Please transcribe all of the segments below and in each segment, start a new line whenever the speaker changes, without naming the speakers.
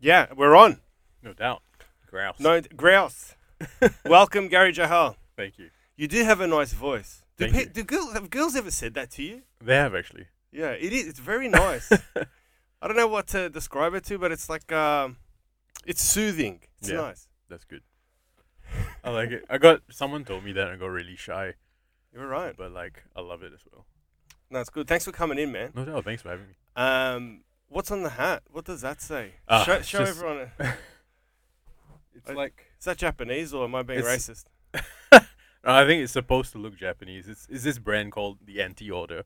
Yeah, we're on.
No doubt. Grouse.
No grouse. Welcome, Gary Jahal.
Thank you.
You do have a nice voice. Do,
Thank
pe- do
you.
girls have girls ever said that to you?
They have actually.
Yeah, it is. It's very nice. I don't know what to describe it to, but it's like um, it's soothing. It's
Yeah.
nice.
That's good. I like it. I got someone told me that I got really shy,
You're right.
but like I love it as well.
No, it's good. Thanks for coming in, man.
No doubt. Thanks for having me.
Um, what's on the hat? What does that say?
Ah,
show
it's
show
just-
everyone. a-
It's
I-
like
Is that Japanese or am I being
It's-
racist?
I think it's supposed to look Japanese. It's is this brand called the Anti Order,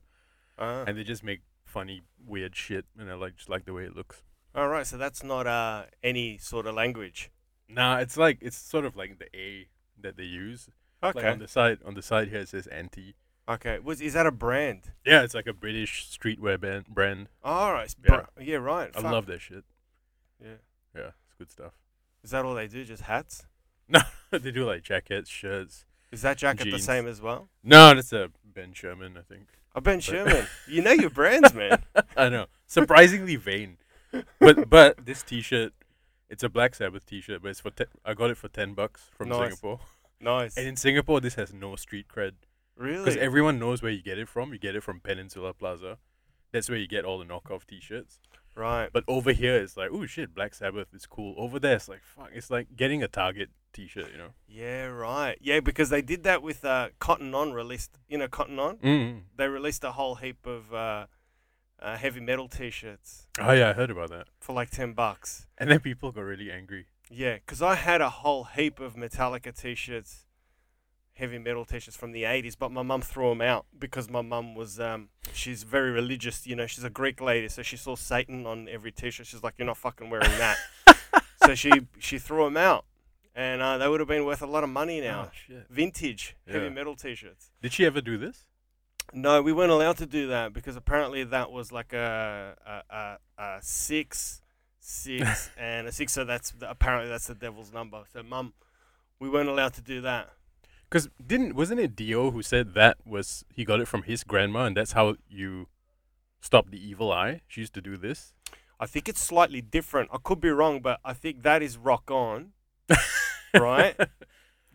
Ah.
and they just make funny, weird shit, and I like just like the way it looks.
All right, so that's not uh, any sort of language.
Nah, it's like it's sort of like the A that they use. Like
Okay.
on the side, on the side here it says Anti.
okay. Was, is that a brand?
Yeah, it's like a British streetwear ban- brand.
All right. Oh, it's
Yeah.
br- yeah, right.
I
fuck.
love that shit.
Yeah.
Yeah, it's good stuff.
Is that all they do? Just hats?
No, they do like jackets, shirts.
Is that jacket the
Jeans.
same as well?
No, that's a Ben Sherman, I think.
Oh, Ben Sherman. you know your brands, man.
I know, surprisingly vain, but but this T-shirt, it's a Black Sabbath T-shirt, but it's for te- I got it for ten bucks from
Nice.
Singapore,
Nice.
and in Singapore this has no street cred because
really?
everyone knows where you get it from. You get it from Peninsula Plaza. That's where you get all the knockoff T-shirts.
right.
But over here, it's like, oh shit, Black Sabbath is cool. Over there, it's like, fuck, it's like getting a Target T-shirt, you know?
Yeah, right. Yeah, because they did that with uh, Cotton On released, you know, Cotton On.
Mm.
They released a whole heap of uh, uh, heavy metal T-shirts
Oh yeah, I heard about that.
for like ten bucks.
And then people got really angry.
Yeah, because I had a whole heap of Metallica T-shirts, heavy metal T-shirts from the '80s, but my mum threw them out because my mum was um, she's very religious. You know, she's a Greek lady, so she saw Satan on every T-shirt. She's like, "You're not fucking wearing that." so she she threw them out, and uh, they would have been worth a lot of money now.
Oh, shit.
Vintage heavy
Yeah.
metal T-shirts.
Did she ever do this?
No, we weren't allowed to do that because apparently that was like a a, a, a six, six, and a six. So that's the, apparently that's the devil's number. So, mum, we weren't allowed to do that.
Because didn't wasn't it Dio who said that was he got it from his grandma and that's how you stop the evil eye? She used to do this.
I think it's slightly different. I could be wrong, but I think that is rock on, right?
The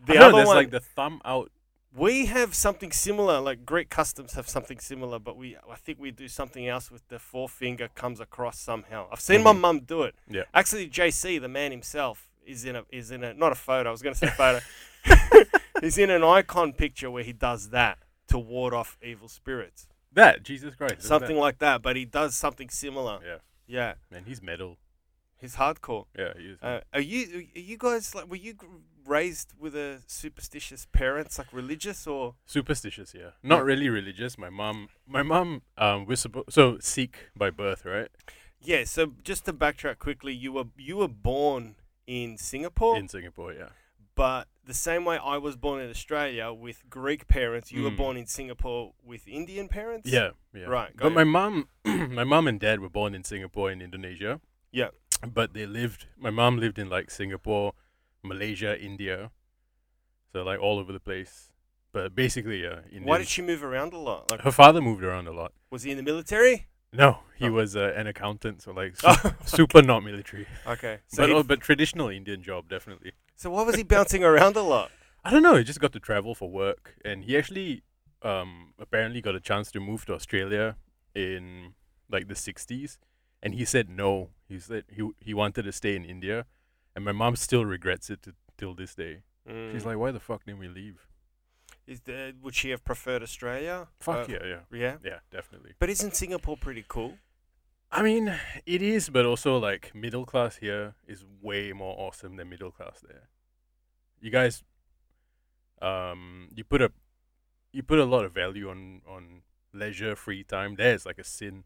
The
other
other
that's
one,
like the thumb out.
we have something similar. Like Greek customs have something similar, but we I think we do something else with the forefinger comes across somehow. I've seen my
Mhm.
mum do it.
Yeah.
Actually, JC, the man himself, is in a is in a not a photo. I was going to say photo. He's in an icon picture where he does that to ward off evil spirits,
That Jesus Christ. isn't
something
that-
like that. But he does something similar.
Yeah.
Yeah,
Man, he's metal.
he's hardcore.
Yeah, he is.
Uh, are you are you guys like were you gr- raised with a superstitious parents like religious or
Superstitious, yeah. Not
Yeah.
really religious. My mom my mom um we're supposed so Sikh by birth, right?
yeah? So just to backtrack quickly, you were you were born in Singapore,
In Singapore, yeah.
but the same way I was born in Australia with Greek parents, you were
Mm.
born in Singapore with Indian parents.
Yeah, yeah.
Right, got
But
you.
my mom, my mom and dad were born in Singapore and Indonesia.
Yeah.
But they lived. My mom lived in like Singapore, Malaysia, India, so like all over the place. But basically, yeah. Indian.
Why did she move around a lot? Like,
Her father moved around a lot.
was he in the military?
No, he
Oh.
was uh, an accountant, so like su-
Oh,
super not military,
okay. So,
but
he-
oh, but traditional Indian job definitely.
so why was he bouncing around a lot?
I don't know. He just got to travel for work, and he actually um, apparently got a chance to move to Australia in like the '60s. And he said no. He said he w- he wanted to stay in India, and my mom still regrets it to, till this day. She's
Mm.
like, "Why the fuck didn't we leave?"
Is there, would she have preferred Australia?
Fuck
Uh,
yeah, yeah,
Yeah.
yeah, definitely.
But isn't Singapore pretty cool?
I mean, it is, but also like middle class here is way more awesome than middle class there. You guys, um, you put a, you put a lot of value on on leisure, free time. There is like a sin,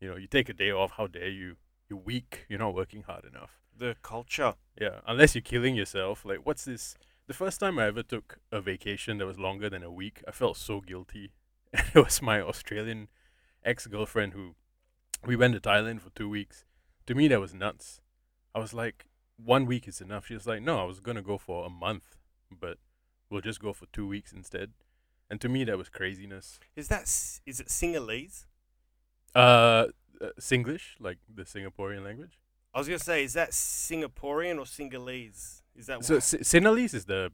you know. You take a day off. How dare you? You're weak. You're not working hard enough.
The culture.
Yeah, unless you're killing yourself. Like, what's this? The first time I ever took a vacation that was longer than a week, I felt so guilty. it was my Australian ex girlfriend who we went to Thailand for two weeks. To me, that was nuts. I was like, one week is enough. She was like, no, I was going to go for a month, but we'll just go for two weeks instead. And to me, that was craziness.
Is that S- is it Singalese?
Uh, uh, Singlish, like the Singaporean language.
I was gonna say, is that Singaporean or Singalese? Is that
So
what?
S- Sinhalese is the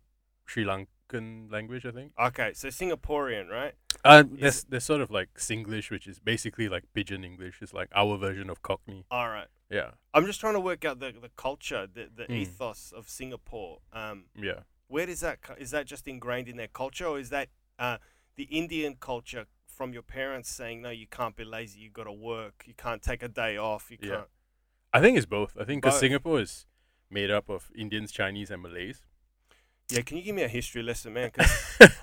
Sri Lankan language, I think.
okay? So Singaporean, right?
Uh, there's there's sort of like Singlish, which is basically like pidgin English. It's like our version of Cockney.
All right.
Yeah,
I'm just trying to work out the, the culture, the, the
Mm.
ethos of Singapore. Um,
yeah.
where does that co- is that just ingrained in their culture, or is that uh, the Indian culture from your parents saying, "No, you can't be lazy. You got to work. You can't take a day off. You
Yeah.
can't."
I think it's both. I think because
Both.
Singapore is made up of Indians, Chinese, and Malays.
Yeah, can you give me a history lesson, man? 'Cause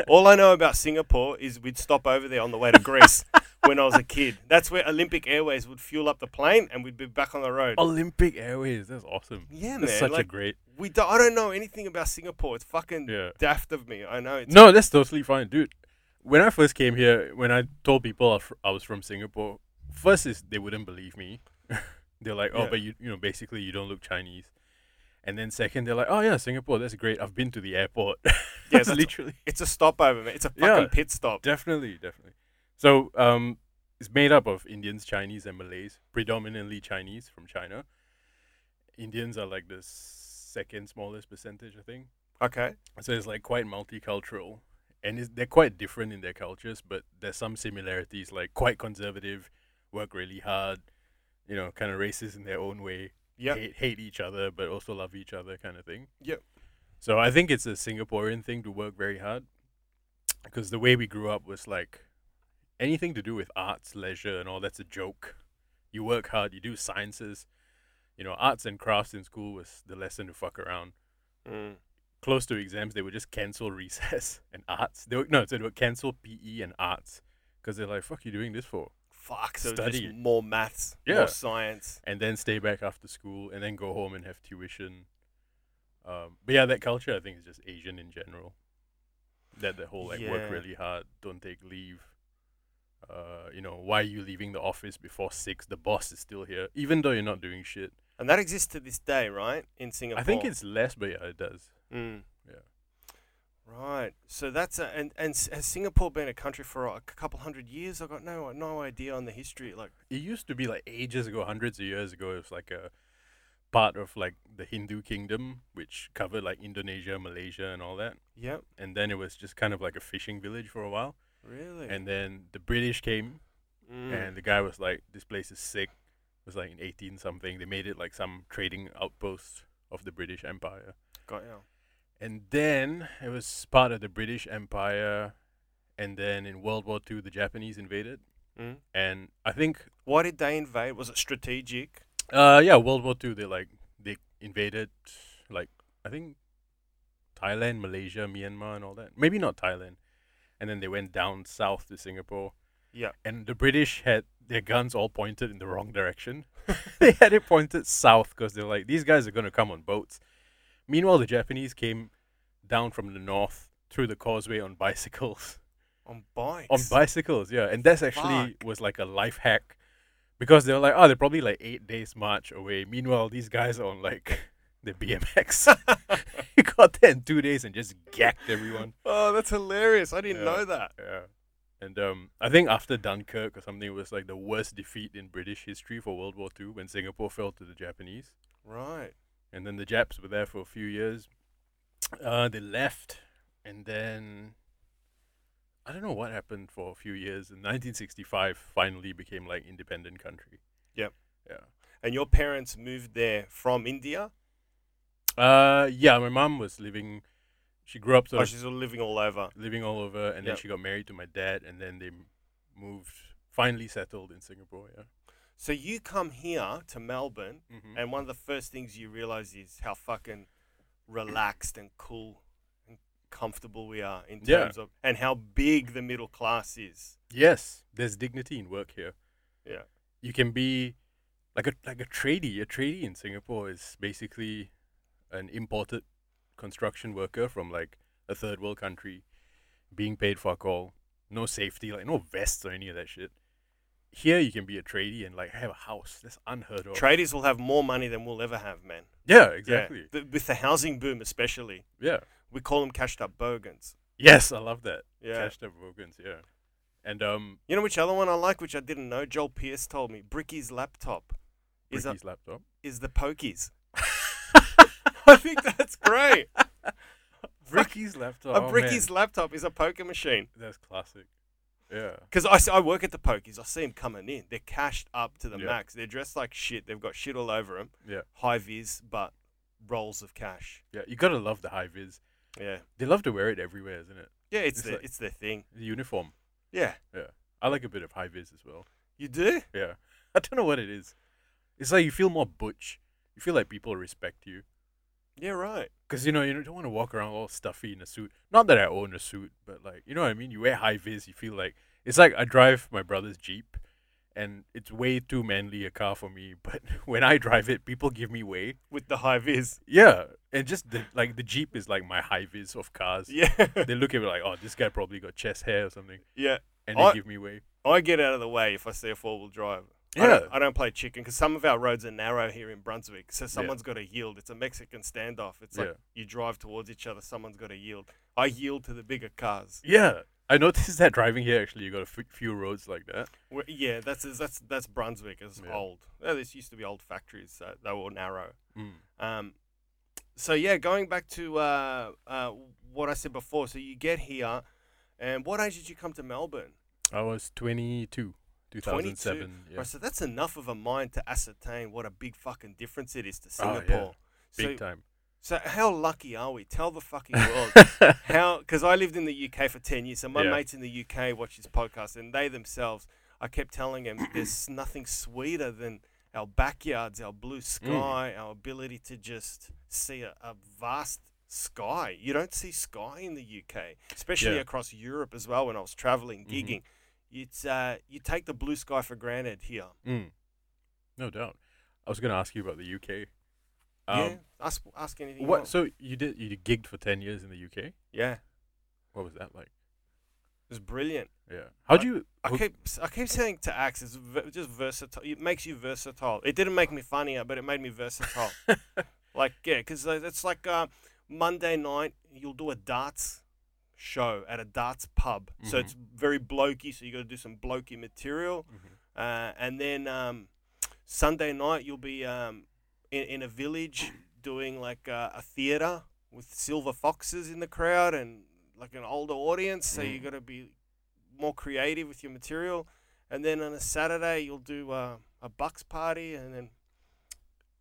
all I know about Singapore is we'd stop over there on the way to Greece when I was a kid. That's where Olympic Airways would fuel up the plane, and we'd be back on the road.
Olympic Airways. That's awesome.
yeah, man.
That's such
like,
a great.
we do- I don't know anything about Singapore. It's fucking
Yeah.
daft of me. I know. It's
No, that's totally fine, dude. When I first came here, when I told people I f- I was from Singapore, first is they wouldn't believe me. they're like, "Oh,
Yeah.
but you, you know, basically you don't look Chinese." And then second, they're like, "Oh yeah, Singapore. That's great. I've been to the airport."
Yeah,
It's
that's-
literally,
It's a stopover, man. It's a fucking
Yeah.
pit stop.
definitely, definitely. So, um, it's made up of Indians, Chinese, and Malays, predominantly Chinese from China. Indians are like the second smallest percentage, I think.
Okay.
So it's like quite multicultural, and it's, they're quite different in their cultures, but there's some similarities, like quite conservative, work really hard, you know, kind of racist in their own way,
Yep.
hate, hate each other, but also love each other, kind of thing.
Yep.
So I think it's a Singaporean thing to work very hard, because the way we grew up was like anything to do with arts, leisure, and all that's a joke. You work hard, you do sciences, you know, arts and crafts in school was the lesson to fuck around
Mm.
close to exams, they would just cancel recess and arts. They would, no, so they would cancel PE and arts because they're like, "Fuck, you doing this for?"
Fuck. So it's
Study.
just more maths,
Yeah.
more science.
And then stay back after school and then go home and have tuition. Um, but yeah, that culture I think is just Asian in general. That the whole like
Yeah.
work really hard, don't take leave. Uh, you know, why are you leaving the office before six? The boss is still here, even though you're not doing shit.
And that exists to this day, right? In Singapore.
I think it's less, but yeah, it does.
Mm.
Yeah.
Right. So that's a, and and S- has Singapore been a country for a c- couple hundred years? I got no no idea on the history. Like,
it used to be like ages ago, hundreds of years ago. It was like a part of like the Hindu kingdom, which covered like Indonesia, Malaysia, and all that.
yep.
And then it was just kind of like a fishing village for a while.
Really.
And then the British came,
Mm.
and the guy was like, "This place is sick." It was like in eighteen something. They made it like some trading outpost of the British Empire.
got you.
And then it was part of the British Empire. And then in World War Two, the Japanese invaded.
Mm.
And I think
Why did they invade? Was it strategic?
Uh, yeah, World War Two. They like they invaded, like I think Thailand, Malaysia, Myanmar, and all that. Maybe not Thailand, and then they went down south to Singapore.
Yeah.
And the British had their guns all pointed in the wrong direction. they had it pointed south because they're like these guys are gonna come on boats. Meanwhile, the Japanese came down from the north through the causeway on bicycles
On bikes.
on bicycles yeah and that's actually
Fuck.
was like a life hack because they were like oh they're probably like eight days march away meanwhile these guys are on like the bmx he got there in two days and just gacked everyone
Oh, that's hilarious! I didn't
Yeah.
know that.
yeah and um, I think after Dunkirk or something, it was like the worst defeat in British history for World War II when Singapore fell to the Japanese.
Right.
And then the Japs were there for a few years. Uh, they left, and then I don't know what happened for a few years. In 1965, finally became like independent country.
Yep.
Yeah.
And your parents moved there from India?
Uh, yeah. My mom was living. She grew up
oh,
sort of
she's living all over.
living all over, and then
Yep.
she got married to my dad, and then they m- moved. Finally settled in Singapore. Yeah.
So you come here to Melbourne,
Mm-hmm.
and one of the first things you realize is how fucking relaxed and cool and comfortable we are in
Yeah.
terms of, and how big the middle class is.
Yes, there's dignity in work here.
Yeah.
You can be like a like a tradie. A tradie in Singapore is basically an imported construction worker from like a third world country, being paid fuck all, no safety, like no vests or any of that shit. Here you can be a tradie and like have a house. That's unheard of.
Traders will have more money than we'll ever have, man.
yeah,
Yeah.
exactly.
Th- with the housing boom, especially,
Yeah.
we call them cashed up bogans.
Yes, I love that.
Yeah.
Cashed up Vogans, yeah. And um
You know which other one I like, which I didn't know? Joel Pierce told me. Bricky's laptop. Is that-
Ricky's laptop.
is the pokies. I think that's great.
Ricky's laptop.
a
oh, man,
Bricky's laptop is a poker machine.
That's classic. Yeah.
Because I, s- I work at the pokies. I see them coming in. They're cashed up to the
Yeah.
max. They're dressed like shit. They've got shit all over them.
Yeah.
High vis, but rolls of cash.
Yeah. You gotta love the high vis.
Yeah.
They love to wear it everywhere, isn't it?
Yeah, it's,
It's
their,
like-
it's their thing.
The uniform.
Yeah.
I like a bit of high vis as well.
You do?
Yeah. I don't know what it is. It's like you feel more butch. You feel like people respect you.
Yeah, right.
Because, you know, you don't want to walk around all stuffy in a suit. Not that I own a suit, but, like, you know what I mean? You wear high vis, you feel like. It's like I drive my brother's Jeep, and it's way too manly a car for me, but when I drive it, people give me way.
With the high vis.
Yeah. And just, the, like, the Jeep is like my high vis of cars.
Yeah.
They look at me like, oh, this guy probably got chest hair or something,
yeah.
and they
I-
give me way.
I get out of the way if I see a four wheel drive. I
Yeah.
don't, I don't play chicken because some of our roads are narrow here in Brunswick. So someone's got to yield. It's a Mexican standoff. It's like
Yeah.
you drive towards each other, someone's got to yield. I yield to the bigger cars.
Yeah. I noticed that driving here, actually, you got a f- few roads like that.
Wh- yeah, that's that's that's Brunswick. It's
Yeah.
old. Uh, this used to be old factories. So they were narrow.
Mm.
Um, so yeah, going back to uh, uh, what I said before. So you get here, and what age did you come to Melbourne?
I was 22, 2007. Yeah.
Right, so that's enough of a mind to ascertain what a big fucking difference it is to
Oh, yeah.
Singapore. So,
Big time.
so how lucky are we? Tell the fucking world how because I lived in the UK for ten years, and my
Yeah.
mates in the UK watch this podcast, and they themselves, I kept telling them, there's nothing sweeter than our backyards, our
Mm.
blue sky, our ability to just see a, a vast sky. You don't see sky in the UK, especially
Yeah.
across Europe as well. When I was traveling,
Mhm.
gigging, it's uh, you take the blue sky for granted here.
Mm. No doubt. I was going to ask you about the UK.
yeah,
Um,
ask ask anything.
What?
else.
So you did you gigged for 10 years in the UK?
Yeah, it
What was that like?
was brilliant.
Yeah. How'd you?
I
who-
keep I keep saying to Axe, it's v- just versatile. It makes you versatile. It didn't make me funnier, but it made me versatile. like yeah, because it's like uh, Monday night you'll do a darts show at a darts pub, so
Mhm.
it's very blokey. So you got to do some blokey material,
Mhm.
uh, and then um, Sunday night you'll be um, in, in a village doing like uh, a theater with silver foxes in the crowd and like an older audience. So you
Mm.
got to be more creative with your material. And then on a Saturday you'll do uh, a bucks party and then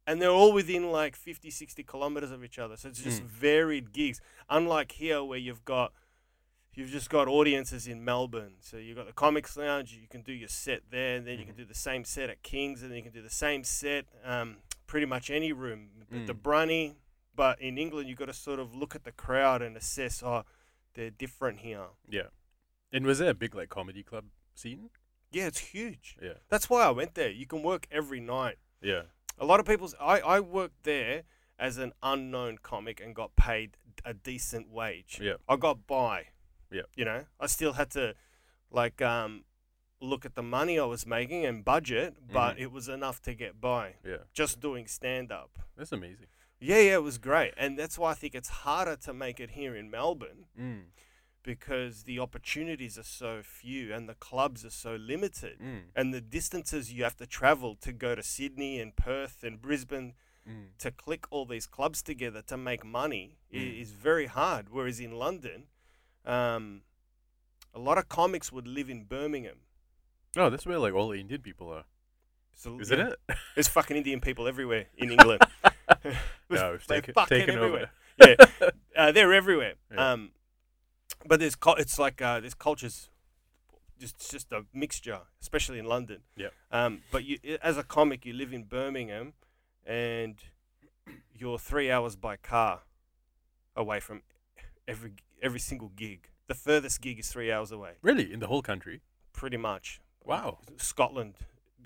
and they're all within like 50 60 kilometers of each other so it's just
Mm.
varied gigs unlike here where you've got you've just got audiences in Melbourne. So you've got the Comics Lounge, you can do your set there, and then you can
Mhm.
do the same set at King's, and then you can do the same set um, pretty much any room at the
Mm.
Brunny. But in England, you've got to sort of look at the crowd and assess, oh, they're different here.
Yeah. And was there a big like comedy club scene?
Yeah, it's huge.
Yeah.
That's why I went there. You can work every night.
Yeah.
A lot of people's. I, I worked there as an unknown comic and got paid a decent wage.
Yeah.
I got by.
Yeah.
You know, I still had to like um look at the money I was making and budget, but
Mhm.
it was enough to get by
Yeah.
just doing stand up.
That's amazing.
Yeah, yeah, it was great. And that's why I think it's harder to make it here in Melbourne
Mm.
because the opportunities are so few and the clubs are so limited.
Mm.
And the distances you have to travel to go to Sydney and Perth and Brisbane
Mm.
to click all these clubs together to make money i
Mm.
is very hard. Whereas in London, um, a lot of comics would live in Birmingham.
Oh, that's where like all the Indian people are,
So,
isn't
yeah,
it?
There's fucking Indian people everywhere in England.
no, it's
They're
taken,
fucking
taken over.
everywhere. yeah, uh, they're everywhere.
Yeah.
Um, but there's cul it's like uh, there's cultures, just it's just a mixture, especially in London.
Yep.
Um, but you, i- as a comic, you live in Birmingham, and you're three hours by car away from every every single gig. The furthest gig is three hours away,
Really, in the whole country.
pretty much.
Wow.
Scotland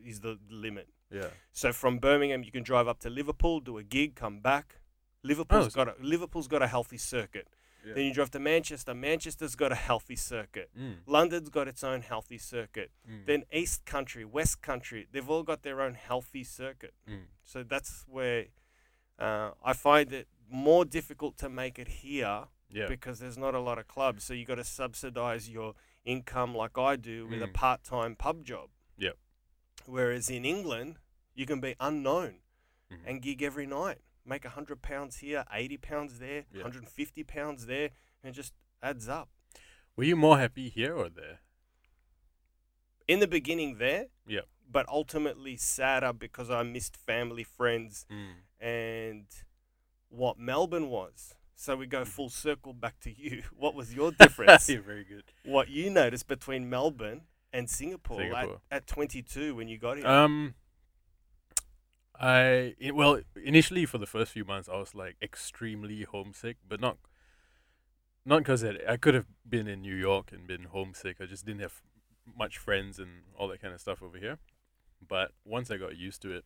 is the limit.
Yeah.
So from Birmingham, you can drive up to Liverpool, do a gig, come back. Liverpool's
so-
got a, Liverpool's got a healthy circuit.
Yeah.
Then you drive to Manchester. Manchester's got a healthy circuit.
Mm.
London's got its own healthy circuit.
Mm.
Then East Country, West Country, they've all got their own healthy circuit.
Mm.
So that's where uh, I find it more difficult to make it here
Yeah.
because there's not a lot of clubs. So you got to subsidize your income like I do with a
Mm.
part time pub job.
Yep.
Whereas in England, You can be unknown
Mhm.
and gig every night. Make 100 pounds here, 80 pounds there,
Yeah.
150 pounds there, and it just adds up.
Were you more happy here or there?
In the beginning, there,
Yeah.
but ultimately sadder because I missed family, friends,
Mm.
and what Melbourne was. So we
Mm-hmm.
go full circle back to you. What was your difference?
You're very good.
what you noticed between Melbourne and Singapore, at-
Singapore.
At, 22 when you got here?
Um, I i- well initially for the first few months I was like extremely homesick, but not not because I could have been in New York and been homesick. I just didn't have much friends and all that kind of stuff over here. But once I got used to it,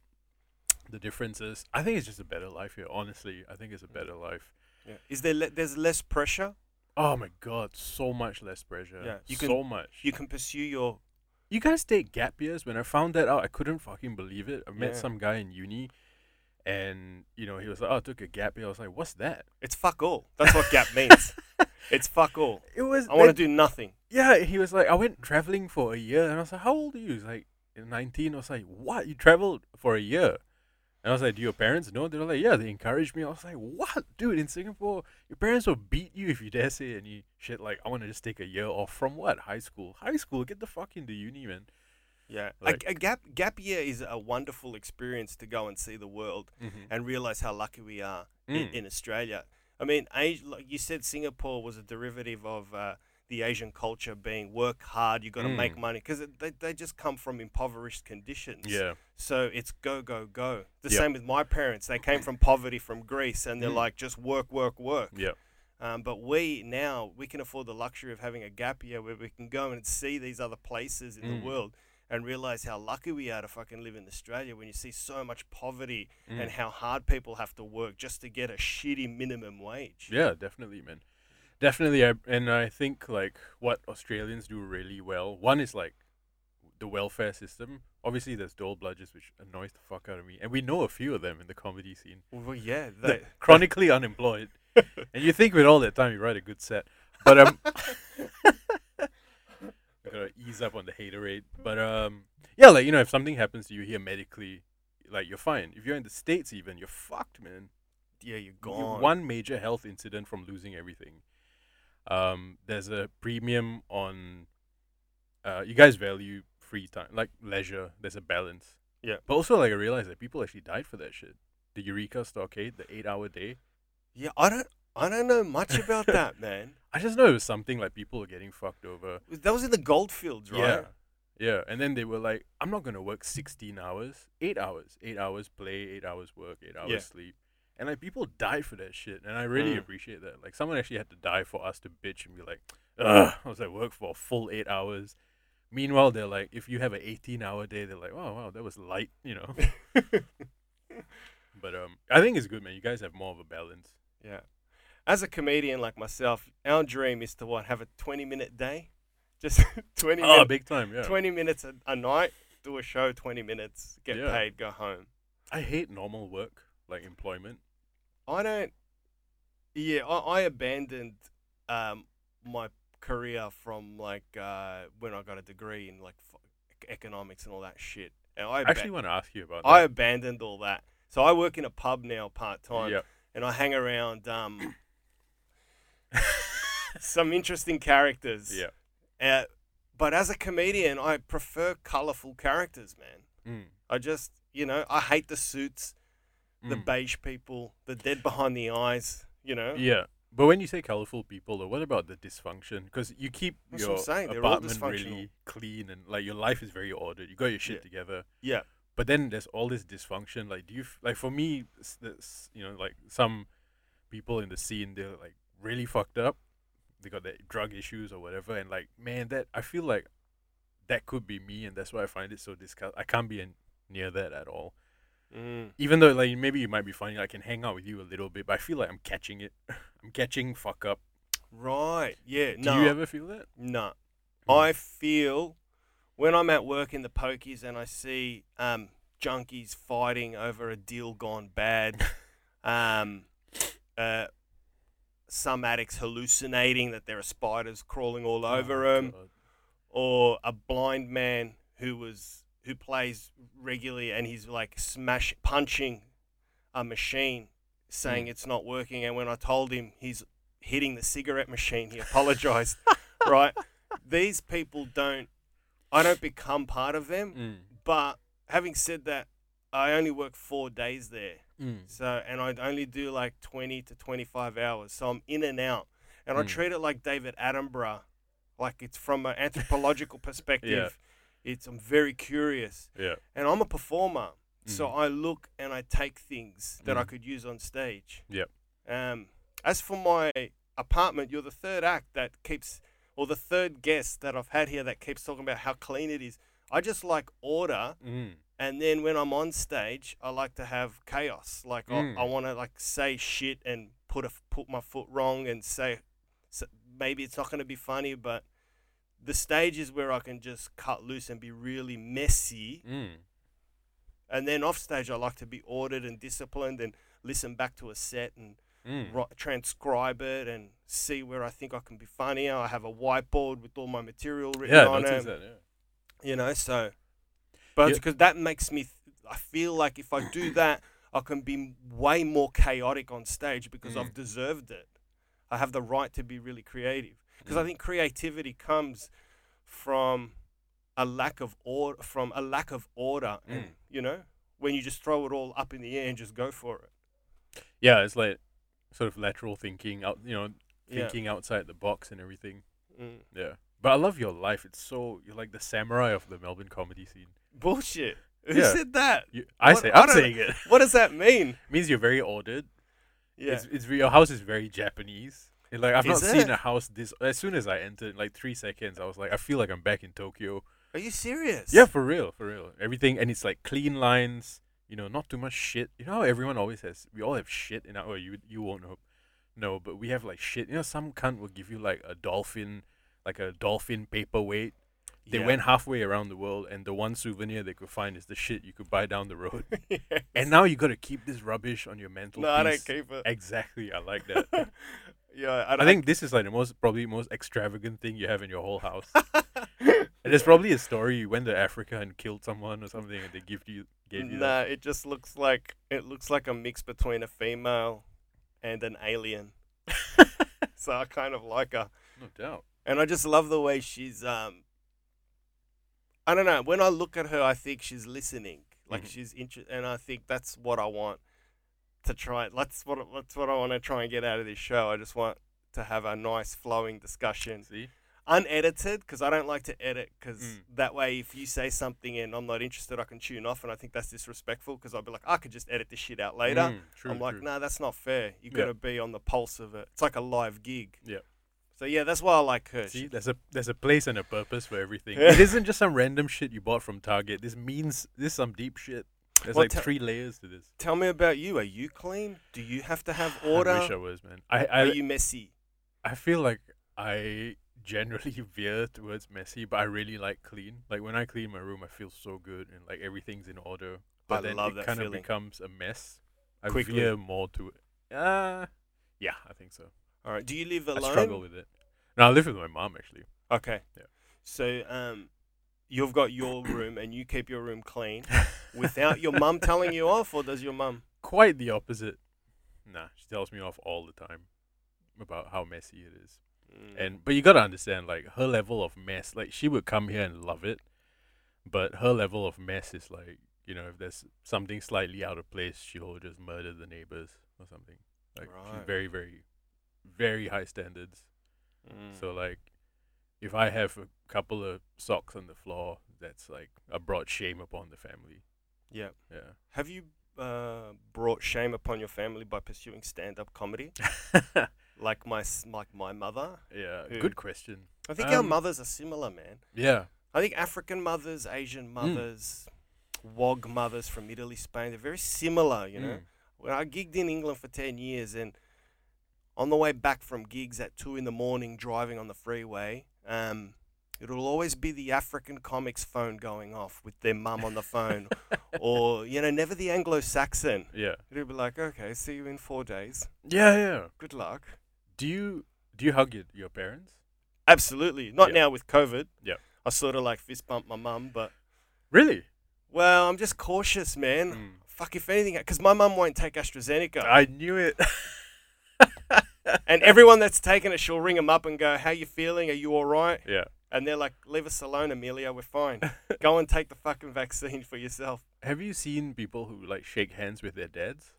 the differences. I think it's just a better life here. Honestly, I think it's a better life.
Yeah. Is there le- there's less pressure?
Oh my god, so much less pressure.
Yeah, you
so much.
You can pursue your
You guys take gap years? When I found that out, I couldn't fucking believe it. I met
Yeah.
some guy in uni, and you know he was like, "Oh, I took a gap year." I was like, "What's that?"
It's fuck all. That's what gap means. It's fuck all.
It was.
I want to
that-
do nothing.
Yeah, he was like, "I went traveling for a year," and I was like, "How old are you?" He's like, "19." I was like, "What? You traveled for a year?" And I was like, "Do your parents know?" They were like, "Yeah." They encouraged me. I was like, "What, dude? In Singapore, your parents will beat you if you dare say any shit like, I want to just take a year off from what? High school? High school? Get the fuck into uni, man."
Yeah. A-
Like-
a, gap gap year is a wonderful experience to go and see the world
Mm-hmm.
and realize how lucky we are i-
Mm.
in, Australia. I mean, Asi- like you said Singapore was a derivative of uh, the Asian culture being work hard, you got to make
Mm.
money because they, they just come from impoverished conditions.
Yeah.
So it's go, go, go. The
Yep.
same with my parents. They came from poverty from Greece and they're
Mm.
like, just work, work, work.
Yeah.
Um, but we now we can afford the luxury of having a gap year where we can go and see these other places in
Mm.
the world and realize how lucky we are to fucking live in Australia when you see so much poverty
Mm.
and how hard people have to work just to get a shitty minimum wage.
Yeah, definitely, man. Definitely, I, and I think like what Australians do really well. One is like the welfare system. Obviously, there's dole bludgers, which annoys the fuck out of me, and we know a few of them in the comedy scene.
Well, yeah,
They're
they,
chronically unemployed, and you think with all that time you write a good set, but um, we gotta ease up on the hater rate. But um, yeah, like you know, if something happens to you here medically, like you're fine. If you're in the states, even you're fucked, man
yeah, you're
you-
gone.
one major health incident from losing everything. Um, there's a premium on. Uh, you guys value free time, like leisure. There's a balance.
Yeah.
But also, like I realized that people actually died for that shit. The Eureka Stockade, the eight-hour day.
yeah, I don't I don't know much about that, man.
I just know it was something like people were getting fucked over.
That was in the goldfields, right?
Yeah. Yeah, and then they were like, "I'm not gonna work 16 hours, eight hours, eight hours play, eight hours work, eight hours
Yeah.
sleep," and like people die for that shit, and I really
Mm.
appreciate that. Like someone actually had to die for us to bitch and be like, "Ugh," I was like, "Work for a full eight hours." Meanwhile, they're like, if you have an 18-hour day, they're like, "Wow, wow, that was light," you know. but um, I think it's good, man. You guys have more of a balance.
Yeah. As a comedian like myself, our dream is to what have a 20 minute day, just 20
Oh,
minutes,
big time, yeah.
20 minutes a, a night, do a show 20 minutes, get
Yeah.
paid, go home.
I hate normal work, like employment.
I don't. Yeah, I, I abandoned um, my career from like uh, when I got a degree in like f- e-, economics and all that shit. And I,
I
aba-
actually want to ask you about.
I
That.
abandoned all that. So I work in a pub now part time.
yeah.
and I hang around um, some interesting characters.
Yeah.
Uh, but as a comedian, I prefer colorful characters, man.
Mm.
I just, you know, I hate the suits, the
Mm.
beige people, the dead behind the eyes, you know?
Yeah, but when you say colorful people, though, what about the dysfunction? Because you keep
That's what I'm
your
saying, they're all
apartment
dysfunctional.
really clean and like your life is very ordered. You got your shit
Yeah.
together.
Yeah.
But then there's all this dysfunction. Like, do you f- like for me? s- That's you know, like some people in the scene, they're like really fucked up. They got their drug issues or whatever, and like, man, that I feel like that could be me, and that's why I find it so disgust. I can't be in, near that at all.
Mm.
Even though like maybe you might be funny, I can hang out with you a little bit, but I feel like I'm catching it. I'm catching fuck up.
Right. Yeah. No.
Do you ever feel that?
No.
Mm.
I feel when I'm at work in the pokies and I see um, junkies fighting over a deal gone bad, um, uh, some addicts hallucinating that there are spiders crawling all over um, him,
Oh God.
or a blind man who was who plays regularly, and he's like smash punching a machine, saying
Mm.
it's not working. And when I told him he's hitting the cigarette machine, he apologized. right? These people don't. I don't become part of them.
Mm.
But having said that, I only work four days there.
Mm.
So, and I only do like 20 to 25 hours. So I'm in and out. And I
Mm.
treat it like David Attenborough, like it's from an anthropological perspective. It's I'm very curious.
Yeah.
And I'm a performer. So
Mm.
I look and I take things that I
Mm.
could use on stage.
Yep.
Um, as for my apartment, you're the third act that keeps, or the third guest that I've had here that keeps talking about how clean it is. I just like order.
Mm.
And then when I'm on stage, I like to have chaos. Like
Mm.
I, I want to like say shit and put a f- put my foot wrong and say s maybe it's not going to be funny, but the stage is where I can just cut loose and be really messy.
Mm.
And then off stage, I like to be ordered and disciplined and listen back to a set and
Mm.
ri- transcribe it and see where I think I can be funnier. I have a whiteboard with all my material written
Yeah,
on um, it
notice that. Yeah.
you know so but
Yeah.
because that makes me th- i feel like if i do that i can be m- way more chaotic on stage because
Mm.
i've deserved it i have the right to be really creative because i
Mm.
think creativity comes from a lack of order from a lack of order and,
Mm.
you know when you just throw it all up in the air and just go for it
Yeah, it's like sort of lateral thinking out, you know,
Yeah.
thinking outside the box and everything.
Mm.
Yeah. But I love your life. It's so you're like the samurai of the Melbourne comedy scene.
bullshit who
Yeah.
said that
You, I
What-
say
I
I'm
don't-
saying it.
what does that mean
means you're very ordered.
yeah
It's, it's re- your house is very Japanese. And, like I've
Is
not seen
it?
a house this as soon as I entered, like three seconds, I was like, I feel like I'm back in Tokyo.
are you serious
Yeah, for real, for real. Everything and it's like clean lines, you know, not too much shit. You know how everyone always has we all have shit in our oh, you you won't know no, but we have like shit. You know, some cunt will give you like a dolphin like a dolphin paperweight. They
Yeah.
went halfway around the world and the one souvenir they could find is the shit you could buy down the road.
Yeah.
and now you gotta keep this rubbish on your mantelpiece.
no i don't keep it
Exactly, I like that.
yeah i,
I
don't-
think this is like the most probably most extravagant thing you have in your whole house. And there's probably a story you went to Africa and killed someone or something, and they give you gave you that.
Nah, it just looks like it looks like a mix between a female and an alien. so I kind of like her,
No doubt.
and I just love the way she's um. I don't know. When I look at her, I think she's listening, like
Mhm.
she's interested, and I think that's what I want to try. That's what that's what I want to try and get out of this show. I just want to have a nice flowing discussion
See,
unedited because I don't like to edit because
Mm.
that way if you say something and I'm not interested I can tune off and I think that's disrespectful because I'll be like I could just edit this shit out later.
Mm, true,
I'm like
true.
no nah, that's not fair. You
Yeah.
got to be on the pulse of it. It's like a live gig.
Yeah.
So yeah, that's why I like her.
See,
She-
there's a there's a place and a purpose for everything.
Yeah.
It isn't just some random shit you bought from Target. This means this is some deep shit. There's
Well,
like
tell-
three layers to this.
Tell me about you. Are you clean? Do you have to have
I wish I
order?
was, man. I I,
Are you messy?
I feel like I generally veer towards messy, but I really like clean. Like when I clean my room, I feel so good and like everything's in order. But
I
then
love
it
that
kind of
feeling.
becomes a mess. I
Quickly.
veer more to it. Uh, yeah, I think so.
All right. Do you live alone?
I struggle with it. No, I live with my mom actually.
Okay.
Yeah.
So um, you've got your room and you keep your room clean without your mum telling you off, or does your mum?
Quite the opposite. Nah, she tells me off all the time about how messy it is.
Mm.
And but you gotta understand, like her level of mess, like she would come here and love it, but her level of mess is like, you know, if there's something slightly out of place, she'll just murder the neighbors or something. Like she's
Right.
very, very, very high standards.
Mm.
So like, if I have a couple of socks on the floor, that's like a broad shame upon the family.
yeah.
Yeah.
Have you uh, brought shame upon your family by pursuing stand-up comedy, like my s- like my mother?
yeah.
Who?
Good question.
I think our
Um,
mothers are similar, man.
Yeah.
I think African mothers, Asian mothers, Wog mothers from Italy, Spain, they're very similar. You know,
Mm.
when I gigged in England for ten years, and on the way back from gigs at two in the morning, driving on the freeway, um, it'll always be the African comics phone going off with their mum on the phone, or you know, never the Anglo-Saxon.
Yeah.
It'll be like, okay, see you in four days.
Yeah. Yeah.
Good luck.
Do you do you hug your, your parents?
Absolutely. Not
Yeah.
now with COVID.
Yeah.
I sort of like fist bump my mum, but
Really?
Well, I'm just cautious, man.
Mm.
Fuck if anything, because my mum won't take AstraZeneca,
I knew it.
and everyone that's taken it, she'll ring them up and go, "How you feeling? Are you all right?"
yeah.
And they're like, "Leave us alone, Amelia. We're fine. Go and take the fucking vaccine for yourself."
Have you seen people who like shake hands with their dads?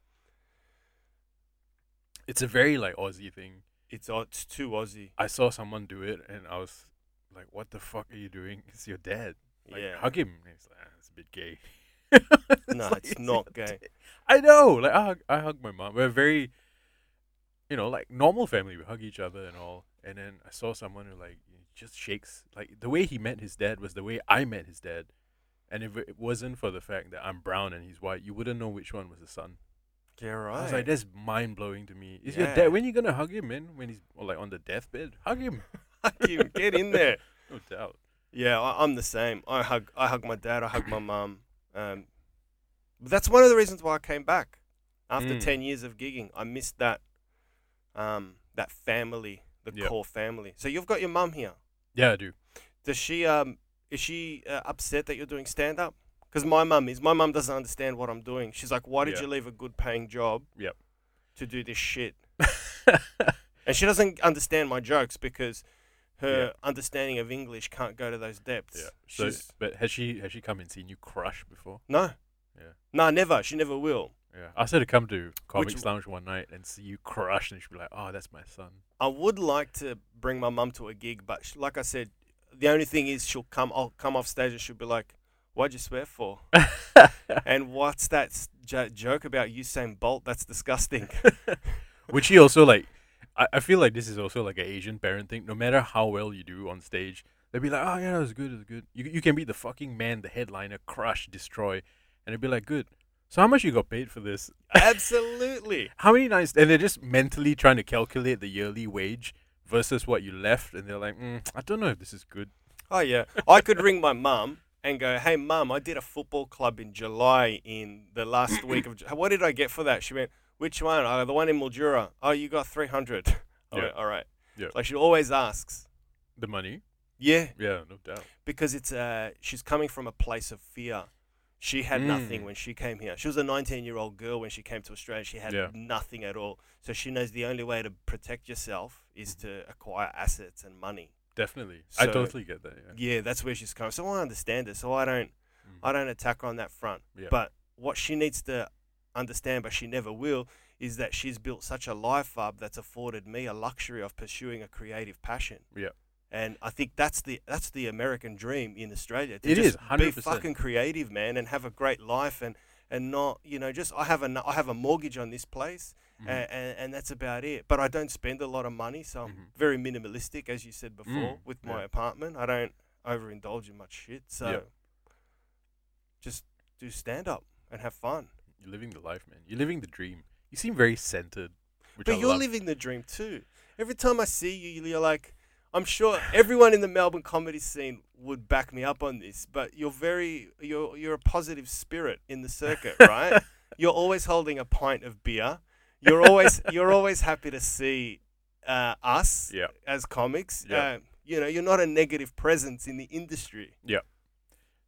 It's a very like Aussie thing.
It's oh, it's too Aussie.
I saw someone do it and I was like, "What the fuck are you doing? It's your dad. Like,
yeah.
hug him." And he's like, ah, "It's a bit gay." It's
No,
like,
it's not
your
gay.
dad. I know. Like I hug, I hug my mom. We're a very, you know, like normal family. We hug each other and all. And then I saw someone who like just shakes. Like the way he met his dad was the way I met his dad. And if it wasn't for the fact that I'm brown and he's white, you wouldn't know which one was the son.
Yeah, right.
I was like, that's mind blowing to me. Is your
Yeah.
dad when you gonna hug him, man? When he's or, like on the deathbed, hug him.
Fuck you, get in there.
No doubt.
Yeah, I, I'm the same. I hug, I hug my dad. I hug my mum. Um, but that's one of the reasons why I came back after
Mm.
ten years of gigging. I missed that, um, that family, the
Yep.
core family. So you've got your mum here.
Yeah, I do.
Does she, um, is she uh, upset that you're doing stand up? Because my mum is. My mum doesn't understand what I'm doing. She's like, why did
Yeah.
you leave a good paying job?
Yep.
To do this shit. And she doesn't understand my jokes because her understanding of English can't go to those depths.
yeah. So,
She's
but has she has she come and seen you crush before?
no.
Yeah.
No, never. She never will.
Yeah. I asked her to come to Comics
w-
Lounge one night and see you crush, and she'd be like, "Oh, that's my son."
I would like to bring my mum to a gig, but sh like I said, the only thing is she'll come. I'll come off stage and she'll be like, "Why'd you swear for?" and what's that s- jo- joke about Usain Bolt? That's disgusting.
Would she also like? I, I feel like this is also like an Asian parent thing. No matter how well you do on stage, they'd be like, "Oh yeah, that was good, it was good." You you can be the fucking man, the headliner, crush, destroy, and it'd be like, "Good." So how much you got paid for this?
Absolutely.
How many nights? And they're just mentally trying to calculate the yearly wage versus what you left, and they're like, mm, "I don't know if this is good."
Oh yeah, I could ring my mum and go, "Hey mum, I did a football club in July in the last week of. Ju- What did I get for that?" She went, "Which one? Oh, the one in Mildura. Oh, you got three hundred.
Yeah.
All right.
Yeah.
Like she always asks.
The money?
Yeah,
Yeah, no doubt.
because it's uh, she's coming from a place of fear. She had nothing
Mm.
when she came here. She was a 19 year old girl when she came to Australia. She had
Yeah.
nothing at all. So she knows the only way to protect yourself is to acquire assets and money.
Definitely, I
So-
totally get that. Yeah.
Yeah, that's where she's coming. So I understand it. So I don't,
Mm.
I don't attack her on that front.
Yeah.
But what she needs to understand, but she never will, is that she's built such a life up that's afforded me a luxury of pursuing a creative passion.
Yeah.
And I think that's the that's the American dream in Australia. To
It
just
is, 100%.
Be fucking creative, man, and have a great life, and and not you know just I have a I have a mortgage on this place,
Mhm.
a and, and that's about it. But I don't spend a lot of money, so I'm
Mhm.
very minimalistic, as you said before,
Mm,
with
yeah.
my apartment. I don't overindulge in much shit, so just do stand up and have fun.
You're living the life, man. You're living the dream. You seem very centered. Which
But
I
you're
love.
living the dream too. Every time I see you, you're like, I'm sure everyone in the Melbourne comedy scene would back me up on this, but you're very, you're, you're a positive spirit in the circuit, right? you're always holding a pint of beer. You're always, you're always happy to see uh, us
Yeah.
as comics.
Yeah.
Uh, you know, you're not a negative presence in the industry.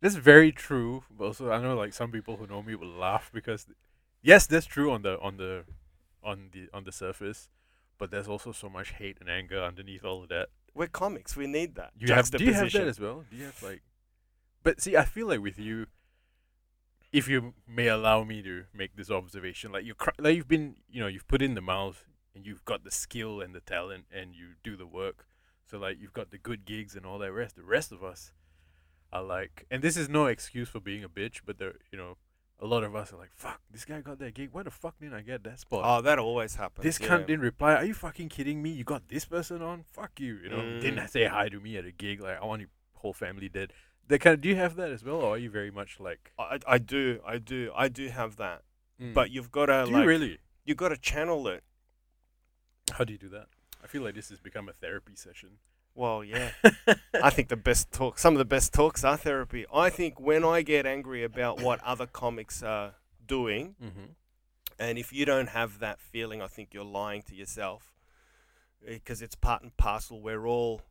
That's very true. But also, I know like some people who know me will laugh because, yes, that's true on the on the, on the on the surface, but there's also so much hate and anger underneath all of that.
We're comics. We need that.
You have do you have
juxtaposition.
that as well? Do you have like, but see, I feel like with you, if you may allow me to make this observation, like you cr- like you've been you know you've put in the mouth and you've got the skill and the talent and you do the work, so like you've got the good gigs and all that rest. The rest of us are like, and this is no excuse for being a bitch, but there you know a lot of us are like, fuck, this guy got that gig. Why the fuck didn't I get that spot?
Oh, that always happens.
this
yeah.
cunt didn't reply. Are you fucking kidding me? You got this person on? Fuck you. You know, didn't
Mm.
say hi to me at a gig. Like I want your whole family dead. That kind of, do you have that as well, or are you very much like?
I, I do, I do, I do have that.
Mm.
But you've got to
do
like,
you really?
you've got to channel it.
How do you do that? I feel like this has become a therapy session.
Well, yeah. I think the best talk, some of the best talks are therapy. I think when I get angry about what other comics are doing,
Mm-hmm.
and if you don't have that feeling, I think you're lying to yourself because it's part and parcel. We're all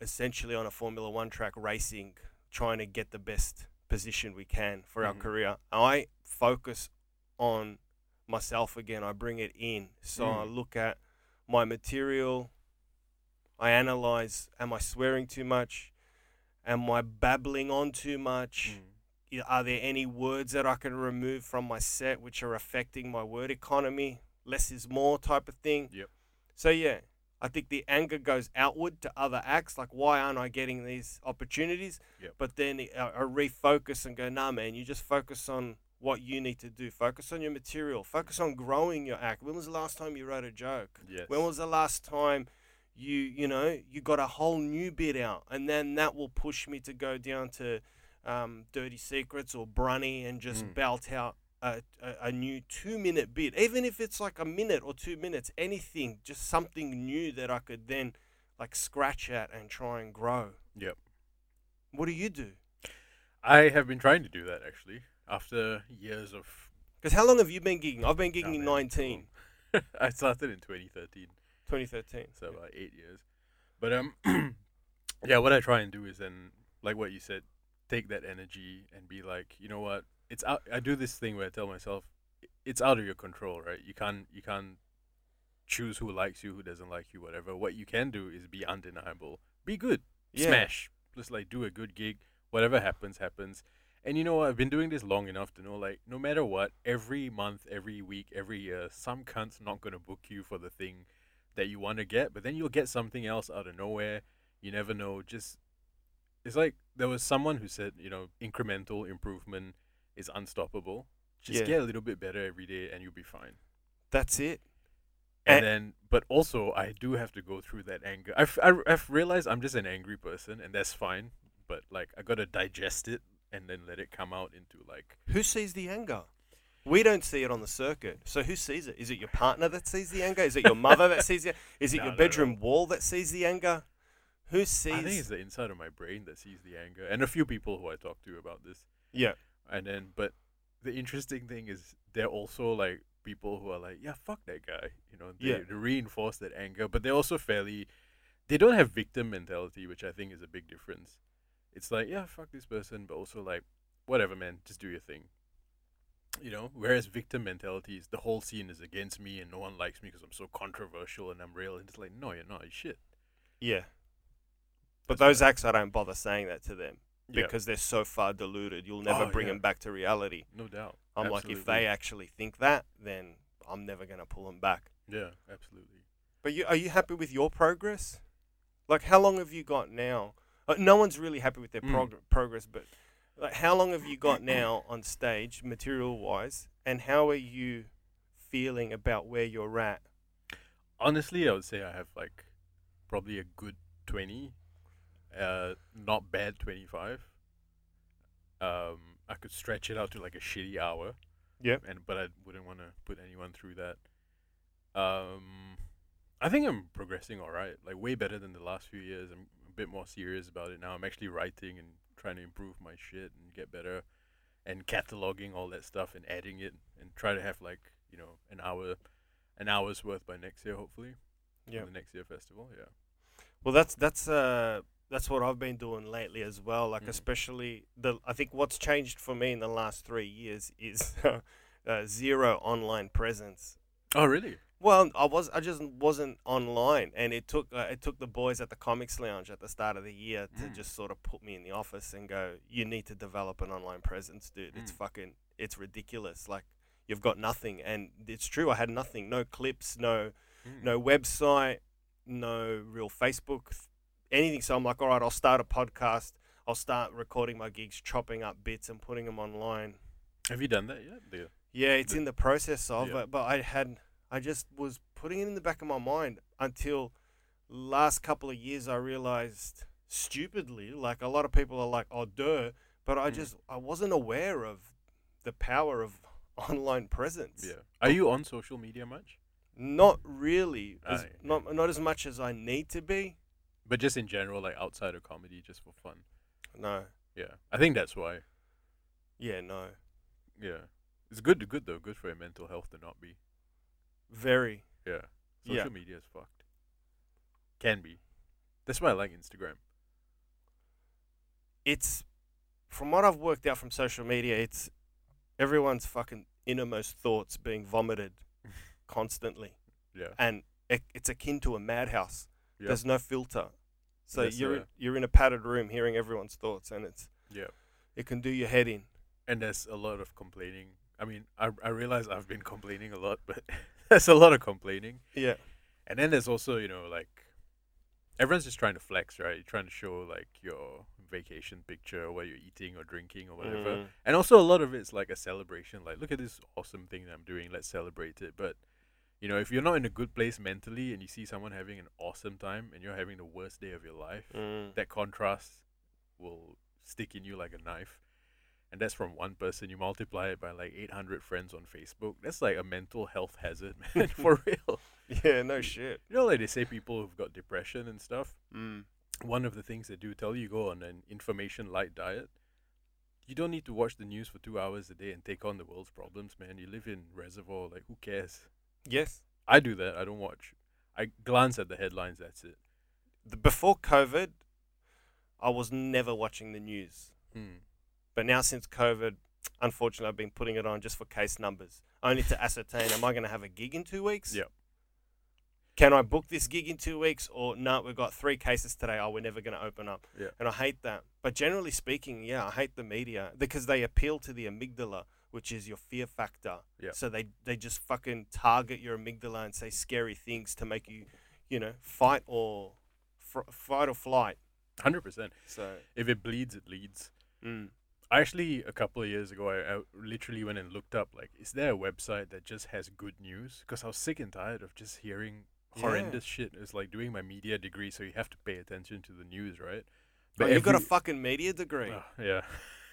essentially on a Formula One track racing, trying to get the best position we can for our
Mhm.
career. I focus on myself again. I bring it in. So I
Mm.
look at my material. I analyze: Am I swearing too much? Am I babbling on too much?
Mm.
Y- Are there any words that I can remove from my set which are affecting my word economy? Less is more type of thing.
Yep.
So yeah, I think the anger goes outward to other acts. Like why aren't I getting these opportunities?
Yep.
But then I, I refocus and go, nah, man, you just focus on what you need to do. Focus on your material. Focus on growing your act. When was the last time you wrote a joke?
Yes.
When was the last time you you know you got a whole new bit out, and then that will push me to go down to um, Dirty Secrets or Brunny and just
Mm.
belt out a, a, a new two minute bit, even if it's like a minute or two minutes, anything, just something new that I could then like scratch at and try and grow.
Yep.
What do you do?
I have been trying to do that actually after years of.
Because how long have you been gigging? I've been
Oh,
gigging
man,
in 19,
too long. I started in 2013,
2013.
so uh, about eight years. But um, yeah, what I try and do is then, like what you said, take that energy and be like, you know what? It's out. I do this thing where I tell myself, "I- it's out of your control, right? You can't, you can't choose who likes you, who doesn't like you, whatever. What you can do is be undeniable. Be good.
Yeah.
smash. Just like do a good gig. Whatever happens, happens. And you know what? I've been doing this long enough to know, like, no matter what, every month, every week, every year, some cunt's not gonna book you for the thing that you want to get, but then you'll get something else out of nowhere. You never know. Just it's like there was someone who said, you know, incremental improvement is unstoppable. Just
Yeah.
get a little bit better every day, and you'll be fine
That's it.
and
A-
then but also i do have to go through that anger I've, I, I've realized i'm just an angry person and that's fine but like i gotta digest it and then let it come out into like
Who sees the anger? We don't see it on the circuit. So who sees it? Is it your partner that sees the anger? Is it your mother that sees it? Is it
No,
your
no, no.
bedroom wall that sees the anger? Who
i think it's
sees?
the inside of my brain that sees the anger and a few people who i talk to about this
Yeah.
and then but the interesting thing is they're also like people who are like yeah fuck that guy you know they,
Yeah.
they reinforce that anger but they're also fairly they don't have victim mentality which i think is a big difference it's like yeah fuck this person but also like whatever man just do your thing you know whereas victim mentality is the whole scene is against me and no one likes me because i'm so controversial and i'm real and it's like no you're not you're shit
Yeah. But
That's what
those acts, I don't bother saying that to them
Yeah.
because they're so far deluded. You'll never
Oh,
bring
yeah.
them back to reality.
no doubt
I'm like, if they
Absolutely.
actually think that, then I'm never going to pull them back.
yeah absolutely
But you, are you happy with your progress? Like, how long have you got now? Uh, no one's really happy with their
Mm.
prog- progress, but like, how long have you got now on stage, material wise, and how are you feeling about where you're at?
honestly, I would say I have like probably a good twenty, uh, not bad twenty-five. Um, I could stretch it out to like a shitty hour.
Yep.
And but I wouldn't want to put anyone through that. Um, I think I'm progressing all right, like way better than the last few years. I'm a bit more serious about it now. I'm actually writing and trying to improve my shit and get better, and cataloging all that stuff and adding it and try to have like you know an hour, an hour's worth by next year hopefully. for
Yeah.
The next year festival, yeah.
Well, that's that's uh that's what I've been doing lately as well. Like
Mhm.
especially the I think what's changed for me in the last three years is uh, zero online presence.
Oh really?
Well, I was I just wasn't online, and it took uh, it took the boys at the Comics Lounge at the start of the year to
Mm.
just sort of put me in the office and go, "You need to develop an online presence, dude. It's
Mm.
fucking it's ridiculous. Like you've got nothing, and it's true. I had nothing, no clips, no
Mm.
no website, no real Facebook, th- anything. So I'm like, all right, I'll start a podcast. I'll start recording my gigs, chopping up bits and putting them online.
Have you done that yet? The-
Yeah, it's
The-
in the process of
Yeah.
it, but I had I just was putting it in the back of my mind until last couple of years I realized stupidly, like a lot of people are like, oh duh, but I
Mm.
just I wasn't aware of the power of online presence.
Yeah. Are you on social media much?
Not really. as-
Aye, yeah.
not not as much as I need to be.
But just in general, like outside of comedy, just for fun.
No.
Yeah. I think that's why.
Yeah, no.
Yeah. It's good good though, good for your mental health to not be.
Very.
Yeah. Social
Yeah.
media is fucked. Can be. That's why I like Instagram.
It's from what I've worked out from social media, it's everyone's fucking innermost thoughts being vomited constantly,
Yeah.
and it, it's akin to a madhouse.
Yeah.
There's no filter, so
Yes,
you're
uh,
you're in a padded room hearing everyone's thoughts, and it's
Yeah.
it can do your head in.
And there's a lot of complaining. I mean, I, I realize I've been complaining a lot, but there's a lot of complaining.
Yeah,
And then there's also, you know, like everyone's just trying to flex, right? You're trying to show like your vacation picture, what you're eating or drinking or whatever.
Mm.
And also a lot of it's like a celebration, like look at this awesome thing that I'm doing, let's celebrate it. But you know, if you're not in a good place mentally and you see someone having an awesome time and you're having the worst day of your life,
Mm.
that contrast will stick in you like a knife. And that's from one person. You multiply it by like 800 friends on Facebook. That's like a mental health hazard, man, for real.
Yeah, no shit.
You know, like they say people who've got depression and stuff,
Mm.
one of the things they do tell you go on an information light diet. You don't need to watch the news for two hours a day and take on the world's problems, man. You live in reservoir, like who cares?
Yes.
I do that. I don't watch. I glance at the headlines. That's it.
The, before COVID, I was never watching the news.
Mm.
But now since COVID, unfortunately, I've been putting it on just for case numbers, only to ascertain: am I going to have a gig in two weeks?
Yep.
Can I book this gig in two weeks? Or no, we've got three cases today. Oh, we're never going to open up.
Yeah.
And I hate that. But generally speaking, yeah, I hate the media because they appeal to the amygdala, which is your fear factor.
Yeah.
So they they just fucking target your amygdala and say scary things to make you, you know, fight or fr- fight or flight.
Hundred percent.
So.
If it bleeds, it leads.
Mm.
I actually a couple of years ago, I, I literally went and looked up like, is there a website that just has good news? Because I was sick and tired of just hearing
Yeah.
horrendous shit. It's like doing my media degree, so you have to pay attention to the news, right?
oh, you've got a
every-
fucking media degree. Oh.
Ah, yeah.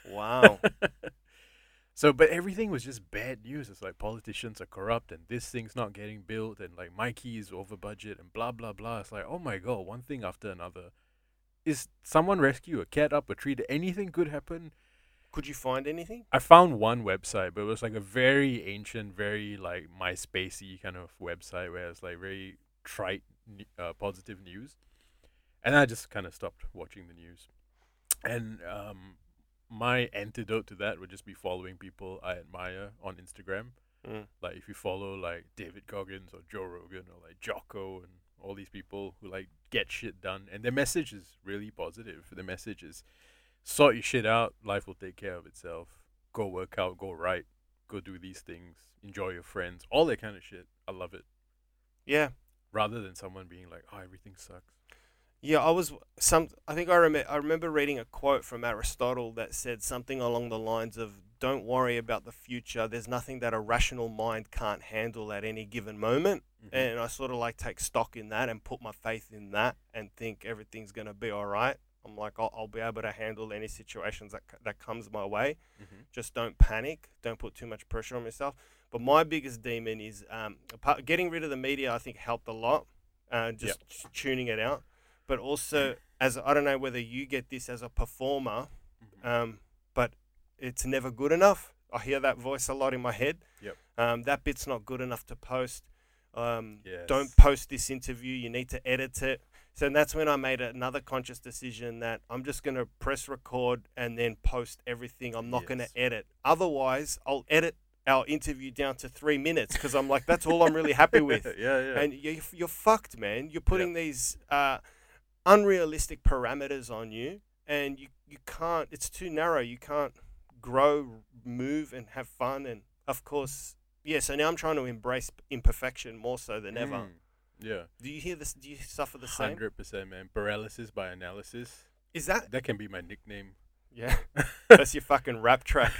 Wow.
so, but everything was just bad news. It's like politicians are corrupt and this thing's not getting built and like Mikey is over budget and blah, blah, blah. It's like, oh my God, one thing after another. Is someone rescue a cat up a tree? Did anything good happen?
Could you find anything?
I found one website, but it was like a very ancient, very like MySpacey kind of website where it's like very trite, ne- uh, positive news. And I just kind of stopped watching the news. And um, my antidote to that would just be following people I admire on Instagram.
Mm.
Like if you follow like David Goggins or Joe Rogan or like Jocko and all these people who like get shit done, and their message is really positive. Their message is sort your shit out. Life will take care of itself. Go work out. Go write. Go do these things. Enjoy your friends. All that kind of shit. I love it.
Yeah.
Rather than someone being like, "Oh, everything sucks."
Yeah, I was some I think I remember I remember reading a quote from Aristotle that said something along the lines of don't worry about the future. There's nothing that a rational mind can't handle at any given moment.
Mm-hmm.
And I sort of like take stock in that and put my faith in that and think everything's going to be all right. I'm like I'll, I'll be able to handle any situations that c- that comes my way.
Mhm.
just don't panic don't put too much pressure on myself but my biggest demon is um, apart, getting rid of the media i think helped a lot uh, just t- tuning it out but also as i don't know whether you get this as a performer
Mhm.
um, but it's never good enough i hear that voice a lot in my head
Yep.
um, that bit's not good enough to post um,
Yes.
don't post this interview you need to edit it so that's when i made another conscious decision that i'm just going to press record and then post everything i'm not going to
Yes.
edit otherwise i'll edit our interview down to three minutes because i'm like that's all i'm really happy with
yeah, yeah.
and you, you're fucked man you're putting these uh, unrealistic parameters on you and you, you can't it's too narrow you can't grow move and have fun and of course yeah so now i'm trying to embrace imperfection more so than ever
Mm. Yeah.
do you hear this? Do you suffer the same? Uh,
Hundred percent, man. Paralysis by analysis.
Is that?
That can be my nickname.
Yeah, that's your fucking rap track.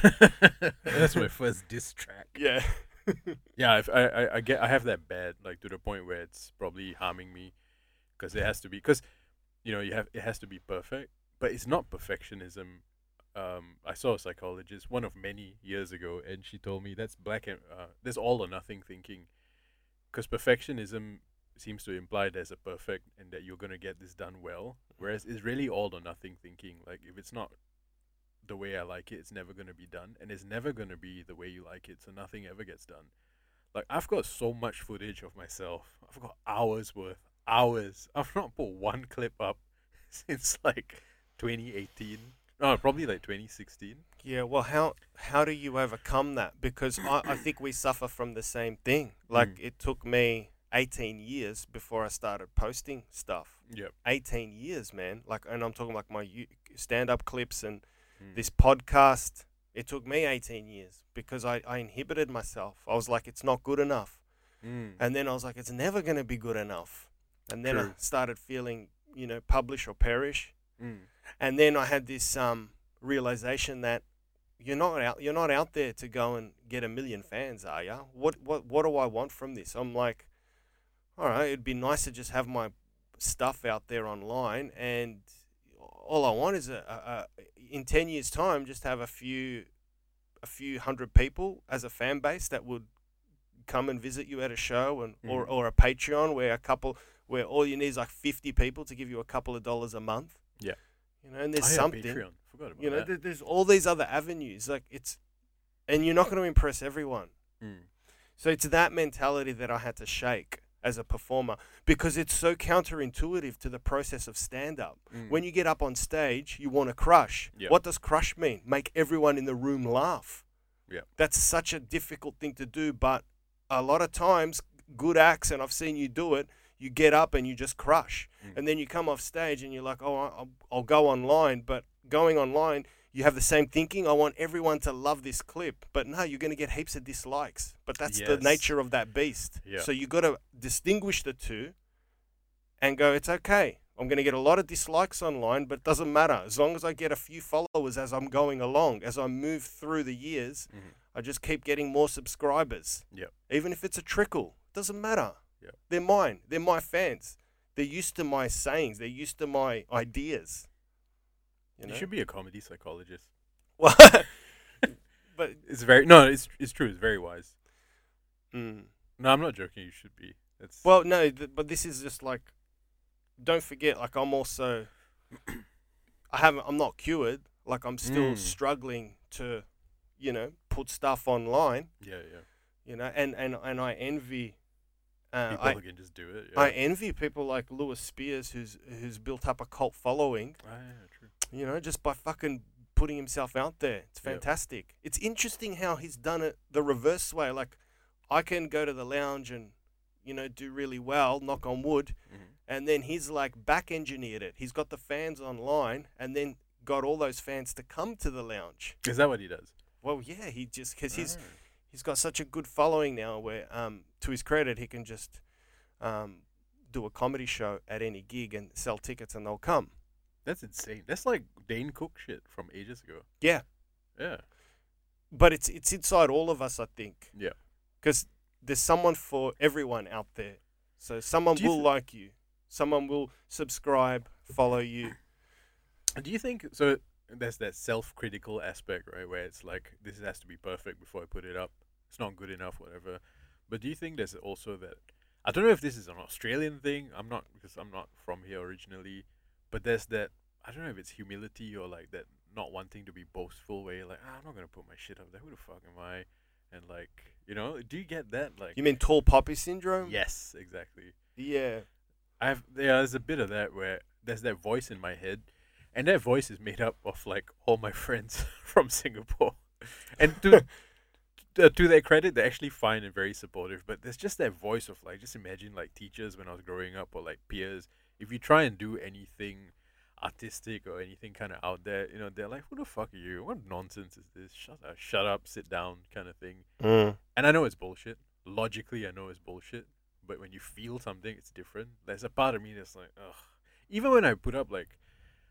That's my first diss track.
Yeah.
Yeah, if I, I, I get I have that bad like to the point where it's probably harming me, because it has to be because, you know, you have it has to be perfect, but it's not perfectionism. Um, I saw a psychologist one of many years ago, and she told me that's black and uh, that's all or nothing thinking, because perfectionism seems to imply there's a perfect and that you're gonna get this done well, whereas it's really all or nothing thinking. Like if it's not the way I like it, it's never gonna be done, and it's never gonna be the way you like it, so nothing ever gets done like I've got so much footage of myself. I've got hours worth, hours. I've not put one clip up since like 2018. Oh, probably like 2016.
Yeah, well, how how do you overcome that? Because I, I think we suffer from the same thing. Like
Mm.
it took me 18 years before I started posting stuff.
Yep.
18 years, man. Like, and I'm talking like my stand up clips and
Mm.
this podcast. It took me 18 years because I, I inhibited myself. I was like, it's not good enough.
Mm.
And then I was like, it's never going to be good enough. And then I
True.
started feeling, you know, publish or perish.
Mm.
And then I had this um, realization that you're not out you're not out there to go and get a million fans, are ya? What what what do I want from this? I'm like, all right, it'd be nice to just have my stuff out there online, and all I want is a, a, a in ten years' time, just have a few a few hundred people as a fan base that would come and visit you at a show and or,
Mhm.
or a Patreon where a couple where all you need is like 50 people to give you a couple of dollars a month.
Yeah.
You know, and
I
there's
had
something.
Patreon. Forgot about
You know,
that.
there, there's all these other avenues. Like it's, and you're not going to impress everyone.
Mm.
So it's that mentality that I had to shake as a performer because it's so counterintuitive to the process of stand up.
Mm.
When you get up on stage, you want to crush.
Yeah.
What does crush mean? Make everyone in the room laugh.
Yeah.
That's such a difficult thing to do, but a lot of times, good acts, and I've seen you do it, you get up and you just crush.
Mm.
And then you come off stage and you're like, oh, I- I'll, I'll go online. But going online, you have the same thinking. I want everyone to love this clip. But no, you're going to get heaps of dislikes. But that's the
Yes.
nature of that beast.
Yeah.
So you got to distinguish the two and go, it's okay. I'm going to get a lot of dislikes online, but it doesn't matter. As long as I get a few followers as I'm going along, as I move through the years,
Mhm.
I just keep getting more subscribers.
Yep.
Even if it's a trickle, doesn't matter.
Yep.
They're mine. They're my fans. They're used to my sayings. They're used to my ideas. You
You,
know?
should be a comedy psychologist.
Well, but
It's very no. It's it's true. It's very wise.
mm.
No, I'm not joking. You should be. It's
well, no. Th- but this is just like, don't forget. Like I'm also, I haven't. I'm not cured. Like I'm still
Mm.
struggling to, you know, put stuff online.
yeah, yeah.
You know, and and and I envy. Uh,
People
I,
who can just do it. Yeah.
I envy people like Lewis Spears, who's who's built up a cult following,
Ah, yeah, true.
you know, just by fucking putting himself out there. It's
Yeah.
fantastic. It's interesting how he's done it the reverse way. Like, I can go to the lounge and, you know, do really well, knock on wood,
Mhm.
and then he's like back engineered it. He's got the fans online, and then got all those fans to come to the lounge.
Is that what he does?
Well, yeah, he just because he's
Ah.
he's got such a good following now where um, to his credit he can just um, do a comedy show at any gig and sell tickets and they'll come
That's insane. That's like Dane Cook shit from ages ago.
Yeah.
Yeah.
but it's it's inside all of us i think
Yeah.
because there's someone for everyone out there so someone
Do you
will
th-
like you someone will subscribe follow you
Do you think so? There's that self-critical aspect, right? Where it's like this has to be perfect before I put it up. It's not good enough, whatever. But do you think there's also that? I don't know if this is an Australian thing. I'm not because I'm not from here originally. But there's that. I don't know if it's humility or like that not wanting to be boastful, where you're like, ah, I'm not gonna put my shit up there. Who the fuck am I? And like, you know, do you get that? Like,
you mean tall poppy syndrome
yes, exactly.
yeah
I've yeah, there's a bit of that where there's that voice in my head, and that voice is made up of like all my friends from Singapore, and to to, to their credit, they're actually fine and very supportive. But there's just that voice of like, just imagine like teachers when I was growing up or like peers. If you try and do anything artistic or anything kind of out there, you know, they're like, "Who the fuck are you? What nonsense is this? Shut up, shut up, sit down," kind of thing. And I know it's bullshit. Logically, I know it's bullshit. But when you feel something, it's different. There's a part of me that's like, ugh. Even when I put up like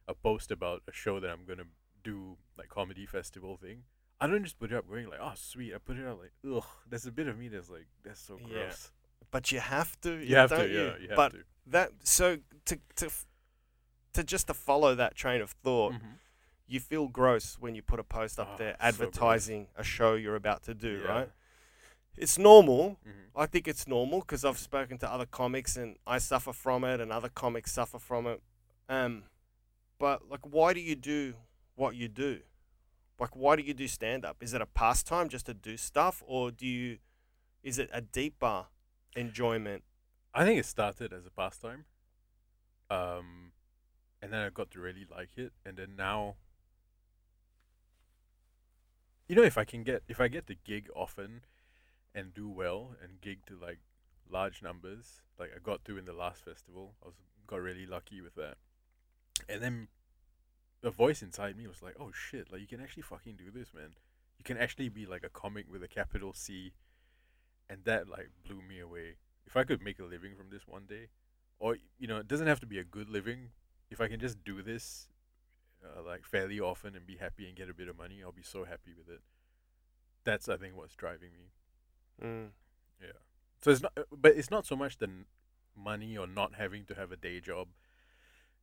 a post about a show that I'm gonna do, like comedy festival thing, I don't just put it up going like, oh sweet. I put it up like, ugh. There's a bit of me that's like, that's so
Yeah.
gross.
but you have to
You have to,
don't
yeah. You have
but
to.
that so to to f- to just to follow that train of thought
Mhm.
you feel gross when you put a post up
Oh,
there
so gross.
advertising a show you're about to do,
Yeah.
right? It's normal.
Mhm.
I think it's normal because I've spoken to other comics and I suffer from it, and other comics suffer from it. Um, but like, why do you do what you do? Like, why do you do stand up? Is it a pastime just to do stuff, or do you? Is it a deeper enjoyment?
I think it started as a pastime. Um, and then I got to really like it, and then now you know, if I can get if I get to gig often, and do well and gig to like large numbers, like I got to in the last festival, I was got really lucky with that. And then the voice inside me was like, "Oh shit! Like you can actually fucking do this, man. You can actually be like a comic with a capital C." And that like blew me away. If I could make a living from this one day, or you know, it doesn't have to be a good living. If I can just do this uh, like fairly often and be happy and get a bit of money, I'll be so happy with it. That's I think what's driving me.
Mm.
Yeah. So it's not, uh, but it's not so much the n- money or not having to have a day job.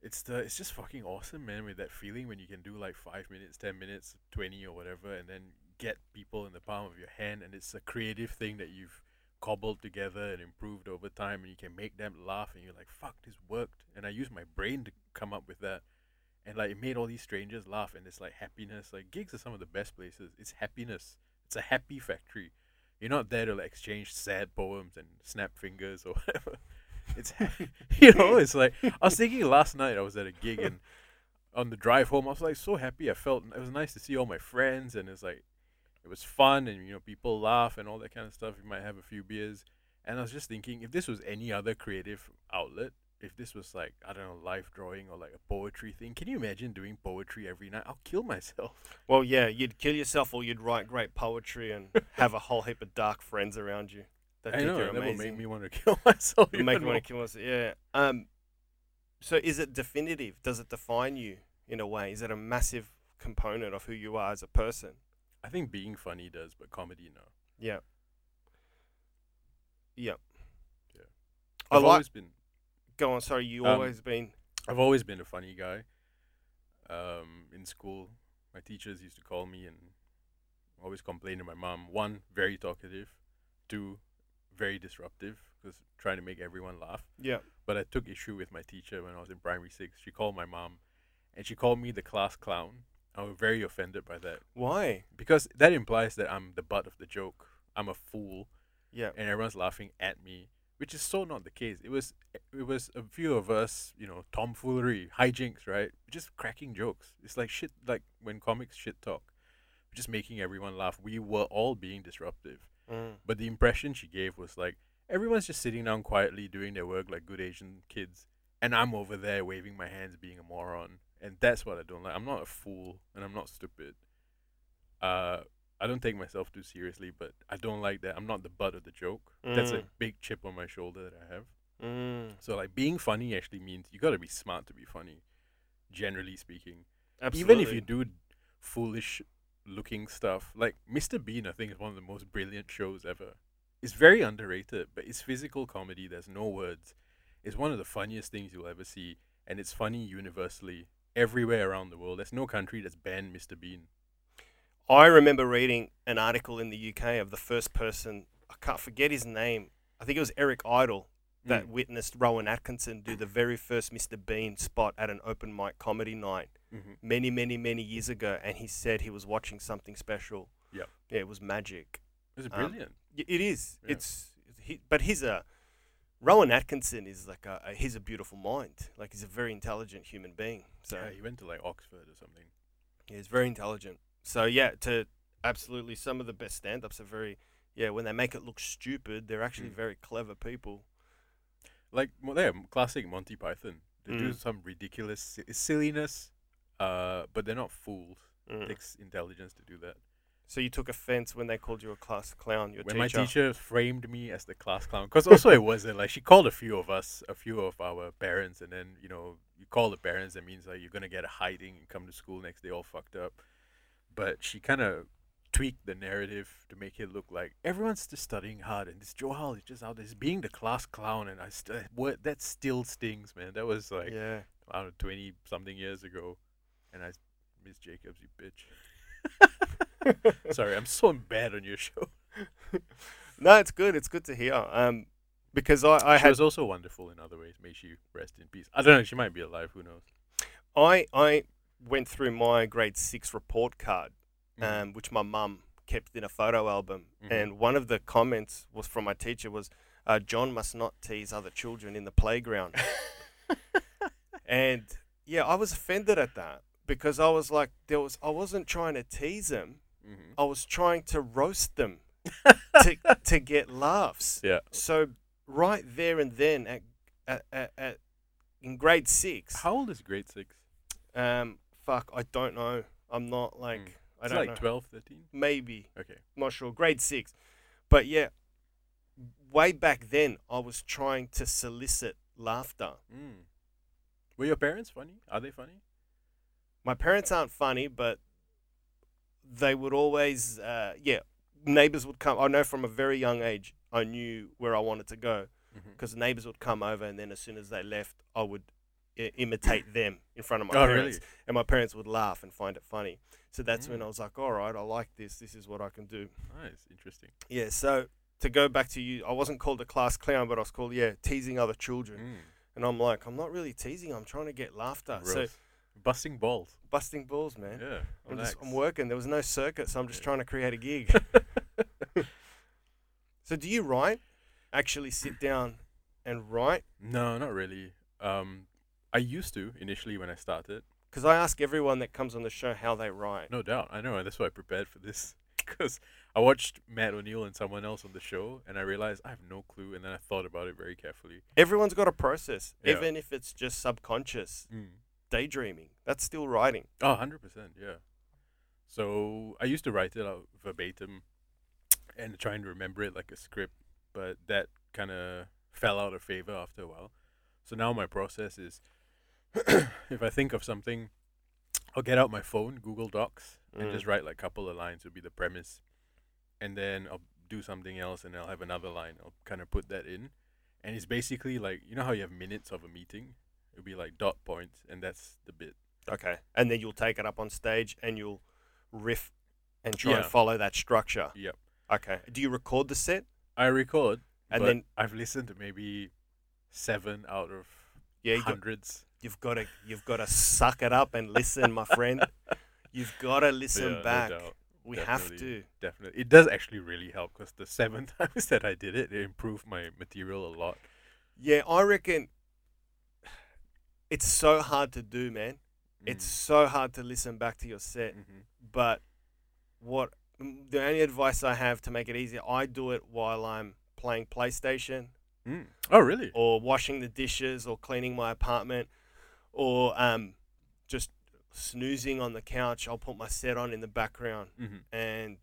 It's the it's just fucking awesome, man. With that feeling when you can do like five minutes, ten minutes, twenty or whatever, and then get people in the palm of your hand, and it's a creative thing that you've cobbled together and improved over time, and you can make them laugh, and you're like, "Fuck, this worked!" And I used my brain to come up with that, and like it made all these strangers laugh, and it's like happiness. Like gigs are some of the best places. It's happiness. It's a happy factory. You're not there to like exchange sad poems and snap fingers or whatever. It's you know, it's like I was thinking last night I was at a gig and on the drive home I was like so happy. I felt it was nice to see all my friends and it's like it was fun and you know people laugh and all that kind of stuff. You might have a few beers and I was just thinking if this was any other creative outlet, if this was like I don't know life drawing or like a poetry thing, can you imagine doing poetry every night? I'll kill myself.
Well, yeah, you'd kill yourself or you'd write great poetry and have a whole heap of dark friends around you. That
I
think
know
you're
that would
amazing.
make me want to kill myself.
It'll make
even
me
more.
want to kill myself. Yeah. Um. So is it definitive? Does it define you in a way? Is it a massive component of who you are as a person?
I think being funny does, but comedy no.
Yeah. Yep.
Yeah.
I
I've
like.
always been
Go on. Sorry, you
Um,
always been.
I've always been a funny guy. Um, in school, my teachers used to call me and always complain to my mom. One, very talkative. Two, very disruptive because trying to make everyone laugh.
Yeah.
But I took issue with my teacher when I was in primary six. She called my mom, and she called me the class clown. I was very offended by that
Why?
because that implies that I'm the butt of the joke. I'm a fool.
Yeah.
and everyone's laughing at me, which is so not the case. It was it was a few of us, you know, tomfoolery, hijinks, right? Just cracking jokes. It's like shit, like when comics shit talk, just making everyone laugh. We were all being disruptive,
Mm.
but the impression she gave was like everyone's just sitting down quietly doing their work like good Asian kids, and I'm over there waving my hands, being a moron, and that's what I don't like. I'm not a fool, and I'm not stupid. Uh, I don't take myself too seriously, but I don't like that. I'm not the butt of the joke. That's a
Mm.
big chip on my shoulder that I have.
Mm.
So like being funny actually means you got to be smart to be funny, generally speaking
Absolutely.
even if you do foolish looking stuff like mr bean i think is one of the most brilliant shows ever it's very underrated but it's physical comedy there's no words it's one of the funniest things you'll ever see and it's funny universally everywhere around the world there's no country that's banned mr bean
I remember reading an article in the UK of the first person, I can't forget his name. I think it was Eric Idle that
Mm.
witnessed Rowan Atkinson do the very first Mr. Bean spot at an open mic comedy night
Mhm.
many, many, many years ago. And he said he was watching something special.
Yep.
Yeah, it was magic.
it's
Um,
brilliant
Y- It is.
Yeah.
It's, he, but he's a, Rowan Atkinson is like a, a, he's a beautiful mind. Like he's a very intelligent human being. So
yeah, he went to like oxford or something
yeah, he's very intelligent. So yeah, to absolutely some of the best stand ups are very yeah, when they make it look stupid, they're actually
Mm.
very clever people.
like well, they're classic monty python they do
Mm.
some ridiculous si- silliness uh, but they're not fools
Mm.
it takes intelligence to do that
So you took offense when they called you a class clown, your
when
teacher.
my teacher framed me as the class clown, because also it wasn't like she called a few of us, a few of our parents, and then you know you call the parents, that means like you're gonna get a hiding and come to school next day all fucked up. But she kind of tweaked the narrative to make it look like everyone's just studying hard, and this Johal is just out there he's being the class clown, and I st- uh, what that still stings, man. That was like
yeah.
I don't know twenty something years ago, and I miss Jacobs, you bitch. Sorry, I'm so bad on your show.
No, it's good. It's good to hear. Um because I, I
she
had
was also wonderful in other ways. May she rest in peace. I don't know. She might be alive. Who knows?
I I went through my grade six report card,
Mm.
um, which my mum kept in a photo album,
Mhm.
and one of the comments was from my teacher was, uh, "John must not tease other children in the playground," and yeah, I was offended at that because I was like, there was I wasn't trying to tease him.
Mm-hmm.
I was trying to roast them to to get laughs.
Yeah.
So right there and then at at, at, at in grade six,
How old is grade six?
um, fuck, I don't know. I'm not like
Mm.
I
Is it
don't
like
know.
12, 13?
Maybe
Okay.
not sure. Grade six, but yeah, way back then I was trying to solicit laughter.
Mm. Were your parents funny? Are they funny?
my parents aren't funny, but they would always, uh, yeah, neighbors would come. I know from a very young age, I knew where I wanted to go
Mm-hmm.
because neighbors would come over, and then as soon as they left, I would I- imitate them in front of my
Oh,
parents,
really?
and my parents would laugh and find it funny. So that's when
Mm.
I was like, all right, I like this. This is what I can do.
Nice. Interesting.
Yeah. So to go back to you, I wasn't called a class clown, but I was called, yeah, teasing other children.
Mm.
And I'm like, I'm not really teasing. I'm trying to get laughter. So
Gross. Busting balls.
busting balls, man.
Yeah.
I'm, just, I'm
relax.
working. There was no circuit, so I'm just
Yeah.
trying to create a gig. so, do you write? Actually, sit down and write?
No, not really. Um, I used to initially when I started.
Because I ask everyone that comes on the show how they write.
No doubt. I know. and That's why I prepared for this. Because I watched Matt O'Neill and someone else on the show, and I realized I have no clue. And then I thought about it very carefully.
Everyone's got a process,
Yeah.
even if it's just subconscious
Mm.
daydreaming. That's still writing.
Oh, 100%. Yeah. So I used to write it out verbatim and try and remember it like a script, but that kind of fell out of favor after a while. So now my process is if I think of something, I'll get out my phone, Google Docs, and
Mm.
just write like a couple of lines would be the premise. And then I'll do something else and I'll have another line. I'll kind of put that in. And it's basically like, you know how you have minutes of a meeting? It'll be like dot points, and that's the bit.
Okay. And then you'll take it up on stage and you'll riff and try and
Yeah.
follow that structure.
Yep.
Okay. Do you record the set?
I record,
And
but
then-
I've listened to maybe seven out of
Yeah, you got,
hundreds.
you've got to you've got to suck it up and listen, my friend. You've got to listen
Yeah, no
back.
doubt,
we have
definitely.
to.
Definitely, it does actually really help because the seven times that I did it, it improved my material a lot.
Yeah, I reckon it's so hard to do, man. It's so hard to listen back to your set.
Mm. mm-hmm.
But what the only advice I have to make it easier, I do it while I'm playing PlayStation
mm. oh really?
or washing the dishes or cleaning my apartment or um, just snoozing on the couch. I'll put my set on in the background
Mm-hmm.
and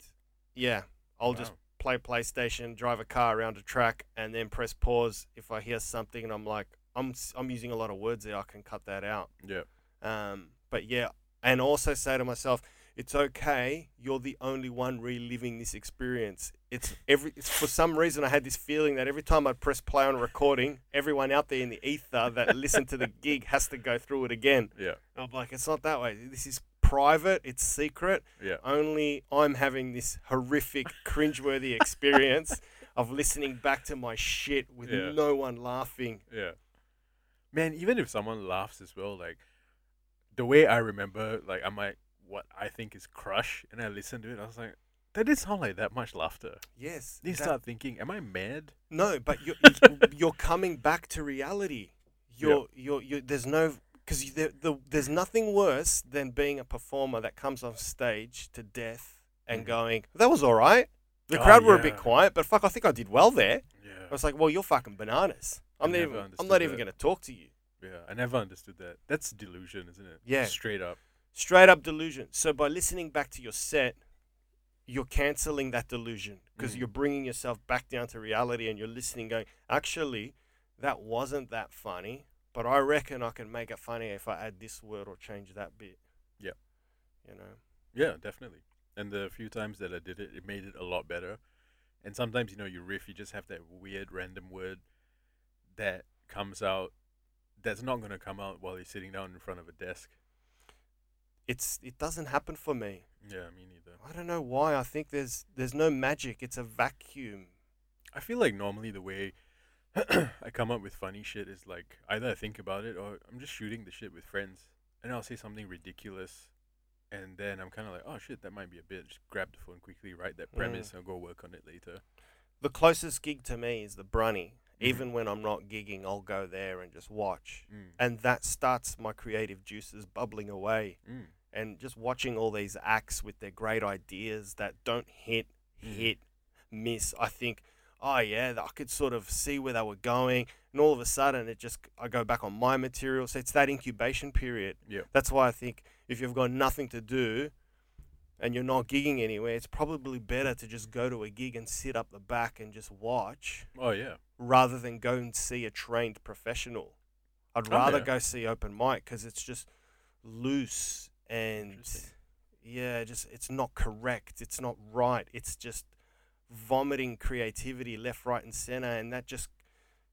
yeah, I'll just play PlayStation, drive a car around a track, and then press pause if I hear something and I'm like, I'm s- I'm using a lot of words there. I can cut that out.
yeah.
Um, but yeah, and also say to myself, it's okay. You're the only one reliving this experience. It's every it's, for some reason I had this feeling that every time I press play on a recording, everyone out there in the ether that listened to the gig has to go through it again.
Yeah.
I'm like, it's not that way. This is private. It's secret
Yeah.
only I'm having this horrific, cringeworthy experience of listening back to my shit with
Yeah.
no one laughing.
Yeah. Man, even if someone laughs as well, like the way I remember, like I might what I think is crush, and I listened to it, I was like, that didn't sound like that much laughter.
Yes.
Then you
that-
start thinking, am I mad?
no, but you're, you're coming back to reality. You're, you're, you're, there's no, because there, the, there's nothing worse than being a performer that comes off stage to death and
Mhm.
going, that was all right. The
Oh,
crowd were a bit
yeah.
quiet, but fuck, I think I did well there.
Yeah.
I was like, well, you're fucking bananas. I'm
I
not
never
even, I'm
understood
not even
that.
going to talk to you.
Yeah, I never understood that. That's delusion, isn't it?
Yeah.
Straight up.
straight up delusion. So by listening back to your set, you're canceling that delusion because
Mm.
you're bringing yourself back down to reality and you're listening, going, actually, that wasn't that funny, but I reckon I can make it funny if I add this word or change that bit.
Yep.
You know.
Yeah, definitely. And the few times that I did it, it made it a lot better. And sometimes, you know, you riff, you just have that weird random word that comes out that's not going to come out while you're sitting down in front of a desk.
It's it doesn't happen for me.
Yeah, me neither.
I don't know why. I think there's there's no magic. It's a vacuum.
I feel like normally the way I come up with funny shit is like either I think about it or I'm just shooting the shit with friends. And I'll say something ridiculous. And then I'm kind of like, oh shit, that might be a bit. Just grab the phone quickly, write that
Mm.
premise, and go work on it later.
The closest gig to me is the Brunny.
Mhm.
Even when I'm not gigging, I'll go there and just watch.
Mm.
and that starts my creative juices bubbling away
Mm.
and just watching all these acts with their great ideas that don't hit, hit, miss. I think, oh yeah, I could sort of see where they were going, and all of a sudden it just I go back on my material. So it's that incubation period.
Yeah.
That's why I think if you've got nothing to do. And you're not gigging anywhere, it's probably better to just go to a gig and sit up the back and just watch
Oh yeah.
rather than go and see a trained professional. I'd
Okay.
rather go see open mic because it's just loose and
Interesting.
yeah, just it's not correct. It's not right. It's just vomiting creativity left, right, and center, and that just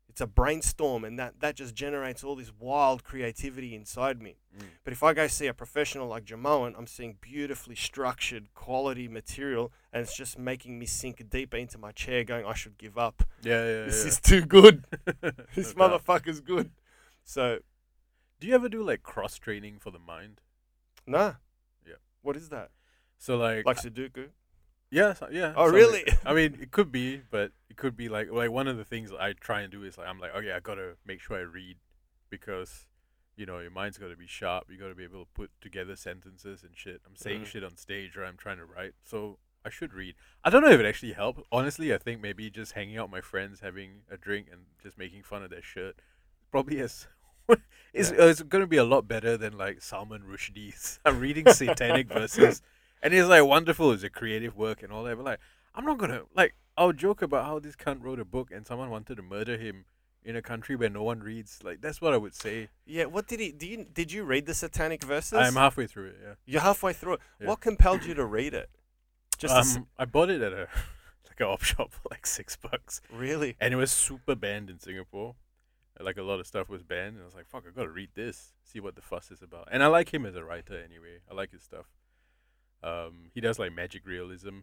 it's a brainstorm, and that that just generates all this wild creativity inside me.
Mm.
But if I go see a professional like Jamoan, I'm seeing beautifully structured, quality material, and it's just making me sink deeper into my chair, going, "I should give up.
Yeah, yeah,
This
yeah.
is too good." this
No doubt.
motherfucker's good. So
Do you ever do like cross training for the mind?
nah.
Yeah.
What is that?
So like,
Like Sudoku?
yeah, so- yeah.
Oh
something-
really?
I mean, it could be, but it could be like like one of the things I try and do is like I'm like, okay, I gotta make sure I read because you know your mind's gotta be sharp. You gotta be able to put together sentences and shit. I'm saying
Mm.
shit on stage or I'm trying to write, so I should read. I don't know if it actually helped. Honestly, I think maybe just hanging out with my friends, having a drink, and just making fun of their shirt probably has. It's, uh, it's going to be a lot better than like Salman Rushdie's. I'm reading Satanic Verses, and it's like wonderful. It's a creative work and all that. But like, I'm not gonna like. I'll joke about how this cunt wrote a book and someone wanted to murder him in a country where no one reads. Like that's what I would say.
Yeah, what did he do you did you read the satanic verses?
I'm halfway through it. Yeah.
You're halfway through it.
Yeah.
What compelled you to read it? Just to s-
um, I bought it at a like a op shop for like six bucks,
really?
and it was super banned in Singapore. Like a lot of stuff was banned, and I was like, "Fuck, I gotta read this. See what the fuss is about." And I like him as a writer anyway. I like his stuff. Um, he does like magic realism,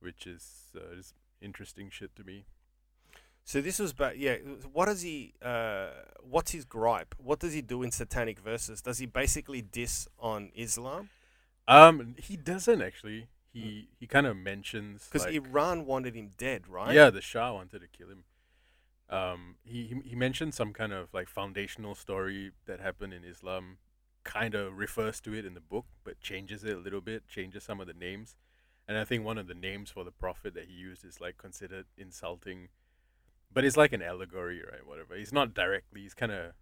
which is uh, just interesting shit to me.
So this was but yeah, what does he uh what's his gripe? What does he do in satanic verses? Does he basically diss on Islam?
Um, he doesn't actually. He he kind of mentions
Cuz
like-
Iran wanted him dead, right?
Yeah, the Shah wanted to kill him. Um, he, he he mentioned some kind of like foundational story that happened in Islam, kind of refers to it in the book, but changes it a little bit, changes some of the names, and I think one of the names for the prophet that he used is like considered insulting, but it's like an allegory, right? Whatever. He's not directly. He's kind of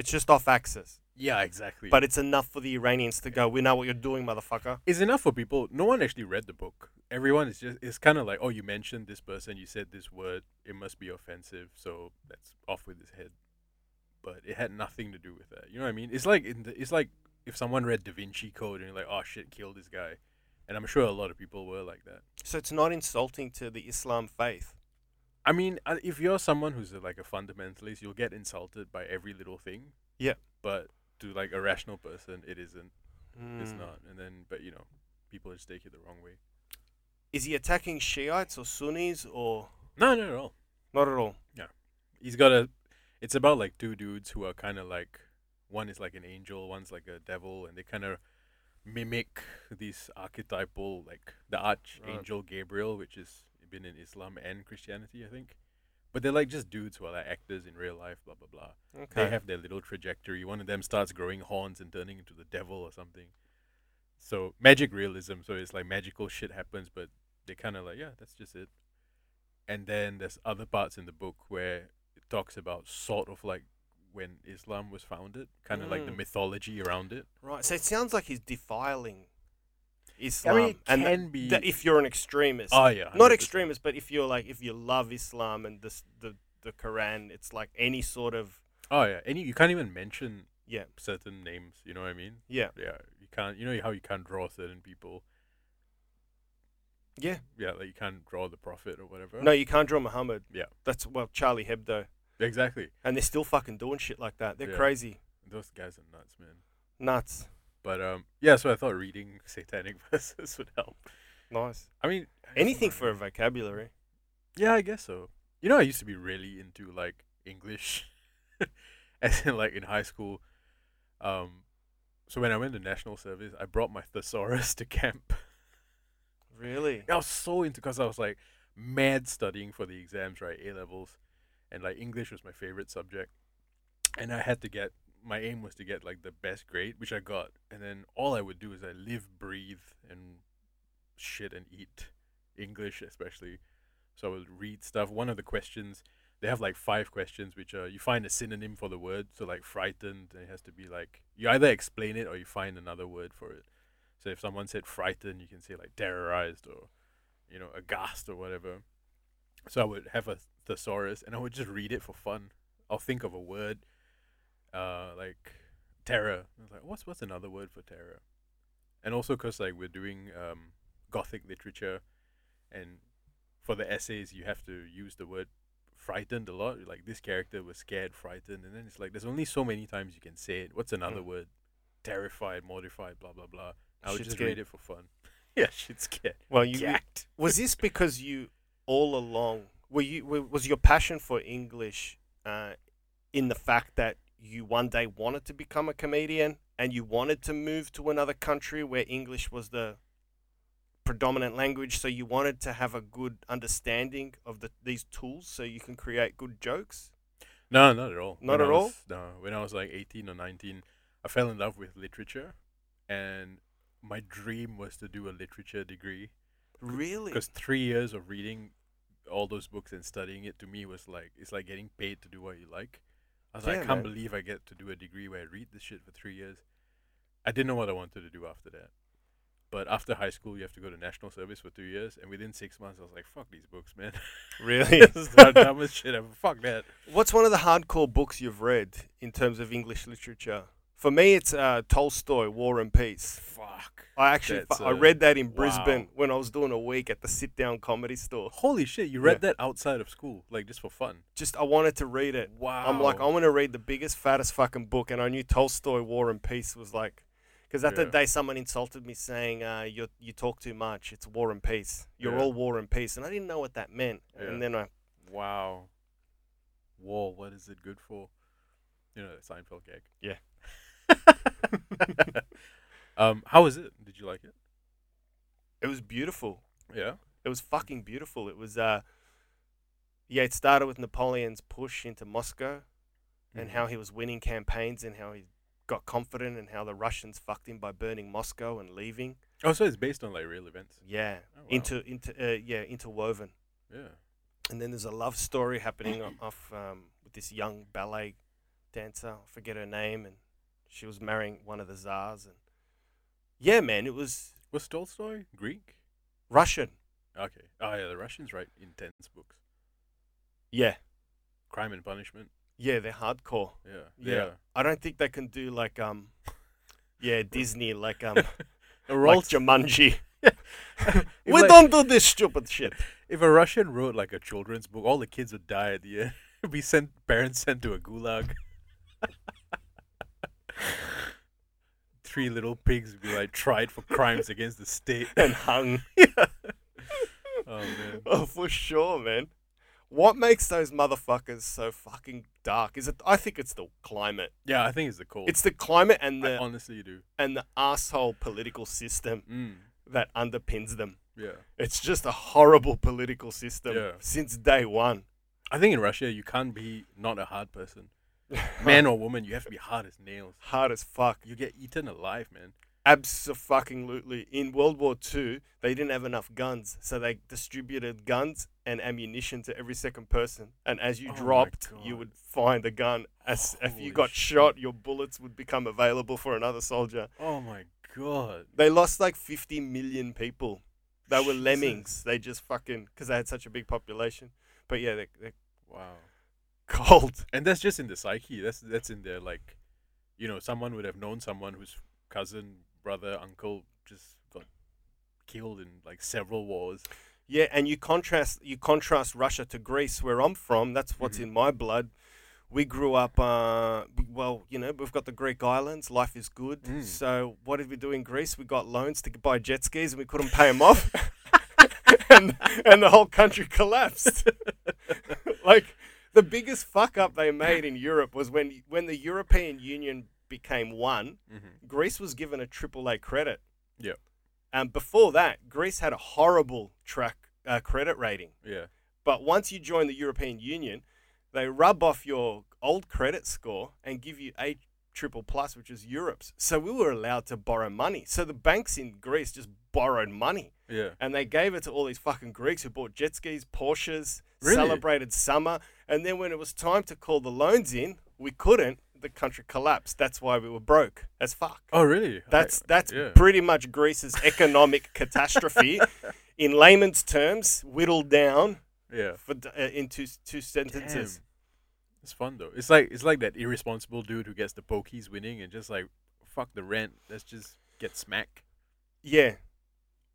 It's just off axis.
yeah, exactly.
But it's enough for the Iranians to go, "We know what you're doing, motherfucker."
it's enough for people. No one actually read the book. Everyone is just it's kind of like, oh, you mentioned this person, you said this word, it must be offensive, so that's off with his head. But it had nothing to do with that. You know what I mean? It's like in the, it's like if someone read Da Vinci Code and you're like, oh shit, kill this guy, and I'm sure a lot of people were like that.
So it's not insulting to the Islam faith.
I mean, uh, if you're someone who's a, like a fundamentalist, you'll get insulted by every little thing.
Yeah.
But to like a rational person, it isn't. It's
Mm.
not. And then, but you know, people just take it the wrong way.
Is he attacking Shiites or Sunnis or
No, no, no.
not at all?
he's got a it's about like two dudes who are kind of like one is like an angel one's like a devil and they kind of mimic these archetypal like the archangel gabriel which has been in islam and christianity i think but they're like just dudes who are like actors in real life blah blah blah
Okay.
they have their little trajectory one of them starts growing horns and turning into the devil or something so magic realism so it's like magical shit happens but they kind of like yeah that's just it and then there's other parts in the book where it talks about sort of like when Islam was founded, kind of like the
Mm.
mythology around it.
right. So it sounds like he's defiling Islam.
I mean, it
and
can be.
that if you're an extremist,
oh yeah,
not
100%.
extremist, but if you're like if you love Islam and this, the the Quran, it's like any sort of
Oh yeah, and you, you can't even mention
yeah
certain names. You know what I mean?
yeah
Yeah, you can't. You know how you can't draw certain people.
yeah.
Yeah, like you can't draw the prophet or whatever.
No, you can't draw Muhammad.
Yeah.
That's well Charlie Hebdo,
exactly.
and they're still fucking doing shit like that. They're
Yeah.
crazy,
Those guys are nuts, man.
nuts.
But um, yeah. So I thought reading satanic verses would help.
Nice.
I mean, I don't
Anything
know.
for a vocabulary.
Yeah, I guess so. You know, I used to be really into like English, as in like in high school. Um, so when I went to national service, I brought my thesaurus to camp.
Really?
I was so into because I was like mad studying for the exams, right? A levels, and like English was my favorite subject, and I had to get my aim was to get like the best grade, which I got, and then all I would do is I live, breathe, and shit and eat English, especially. So I would read stuff. One of the questions they have like five questions, which are you find a synonym for the word. So like frightened, and it has to be like you either explain it or you find another word for it. So if someone said frightened, you can say like terrorized or you know aghast or whatever. So I would have a thesaurus and I would just read it for fun. I'll think of a word, uh, like terror. I was like, what's what's another word for terror? And also because like we're doing um, Gothic literature, and for the essays you have to use the word frightened a lot. Like this character was scared, frightened, and then it's like there's only so many times you can say it. What's another
Mm.
word? Terrified, mortified, blah blah blah. I would
Shit
just
scared.
read it for fun. yeah, shit scared.
Well, you
Gacked.
was this because you all along were you wa- was your passion for English uh, in the fact that you one day wanted to become a comedian and you wanted to move to another country where English was the predominant language, so you wanted to have a good understanding of the, these tools so you can create good jokes.
No, not at all.
Not
When
at
I
all?
was- no, when I was like 18 or 19, I fell in love with literature, and my dream was to do a literature degree
Really?
because three years of reading all those books and studying it to me was like it's like getting paid to do what you like. I was like, I
Yeah,
can't
man.
believe I get to do a degree where I read this shit for three years. I didn't know what I wanted to do after that. But after high school, you have to go to national service for two years, and within six months, I was like, "Fuck these books, man!
Really?
this is the dumbest shit ever. Fuck that."
What's one of the hardcore books you've read in terms of English literature? For me, it's uh, Tolstoy, War and Peace.
Fuck.
I actually
That's,
fu- I
uh,
read that in
wow.
Brisbane when I was doing a week at the sit down comedy store.
Holy shit! You
Yeah.
read that outside of school, like just for fun.
Just I wanted to read it.
Wow.
I'm like I want to read the biggest fattest fucking book, and I knew Tolstoy War and Peace was like because that
Yeah.
the day someone insulted me saying uh, you you talk too much. It's War and Peace. You're
Yeah.
all War and Peace, and I didn't know what that meant.
Yeah.
And then I
Wow. Whoa, what is it good for? You know that Seinfeld gag.
Yeah.
um, how was it? Did you like it?
it was beautiful.
Yeah.
It was fucking beautiful. It was uh yeah. It started with Napoleon's push into Moscow.
Mm-hmm.
and how he was winning campaigns and how he got confident and how the Russians fucked him by burning Moscow and leaving.
Oh, so it's based on like real events.
Yeah,
Oh, wow.
into into uh, yeah interwoven.
Yeah.
And then there's a love story happening o- off um, with this young ballet dancer. I forget her name, and she was marrying one of the czars. And yeah, man, it was
Was Tolstoy Greek?
Russian.
Okay. Oh yeah, the Russians write intense books.
Yeah,
Crime and Punishment.
yeah, they're hardcore.
Yeah.
Yeah. I don't think they can do like um, yeah, Disney like um,
A
like
Rolls-
Jumanji.
if,
We
like-
don't do this stupid shit.
if a Russian wrote like a children's book, all the kids would die at the end. Be sent parents sent to a gulag. Three little pigs would be like tried for crimes against the state.
and hung.
Oh man.
Oh, for sure, man. What makes those motherfuckers so fucking dark? Is it? I think it's the climate.
Yeah, I think it's the cold.
It's the climate and
I
the
honestly do.
and the asshole political system
Mm.
that underpins them.
Yeah.
It's just a horrible political system
Yeah.
since day one.
I think in Russia you can't be not a hard person. Man or woman, you have to be hard as nails.
Hard as fuck.
You get eaten alive, man.
Absolutely. In World War Two, they didn't have enough guns, so they distributed guns and ammunition to every second person. And as you
Oh my
dropped, you
God.
would find a gun. As if
Holy
you got
shit.
shot, your bullets would become available for another soldier.
Oh my god.
They lost like 50 million people. They were
Jesus.
lemmings. They just fucking because they had such a big population. But yeah, they, they're
Wow.
cold.
and that's just in the psyche. That's that's in their like, you know, someone would have known someone whose cousin, brother, uncle just got killed in like several wars.
Yeah, and you contrast you contrast Russia to Greece, where I'm from. That's what's
Mhm.
in my blood. We grew up, uh, b- well, you know, we've got the Greek islands. Life is good.
Mm.
So what did we do in Greece? We got loans to buy jet skis, and we couldn't pay them off, and and the whole country collapsed. like the biggest fuck up they made in Europe was when when the European Union became one.
Mm-hmm.
Greece was given a AAA credit.
Yep.
And before that, Greece had a horrible track uh, credit rating.
Yeah.
But once you join the European Union, they rub off your old credit score and give you a triple plus, which is Europe's. So we were allowed to borrow money. So the banks in Greece just borrowed money
Yeah.
and they gave it to all these fucking Greeks who bought jet skis, Porsches,
Really?
celebrated summer. And then when it was time to call the loans in, we couldn't. The country collapsed. That's why we were broke as fuck.
Oh, really?
That's
I-
that's
yeah.
pretty much Greece's economic catastrophe, in layman's terms, whittled down
yeah.
for, d- uh, into s- two sentences.
Damn. It's fun though. It's like it's like that irresponsible dude who gets the pokies winning and just like fuck the rent. Let's just get smack.
Yeah.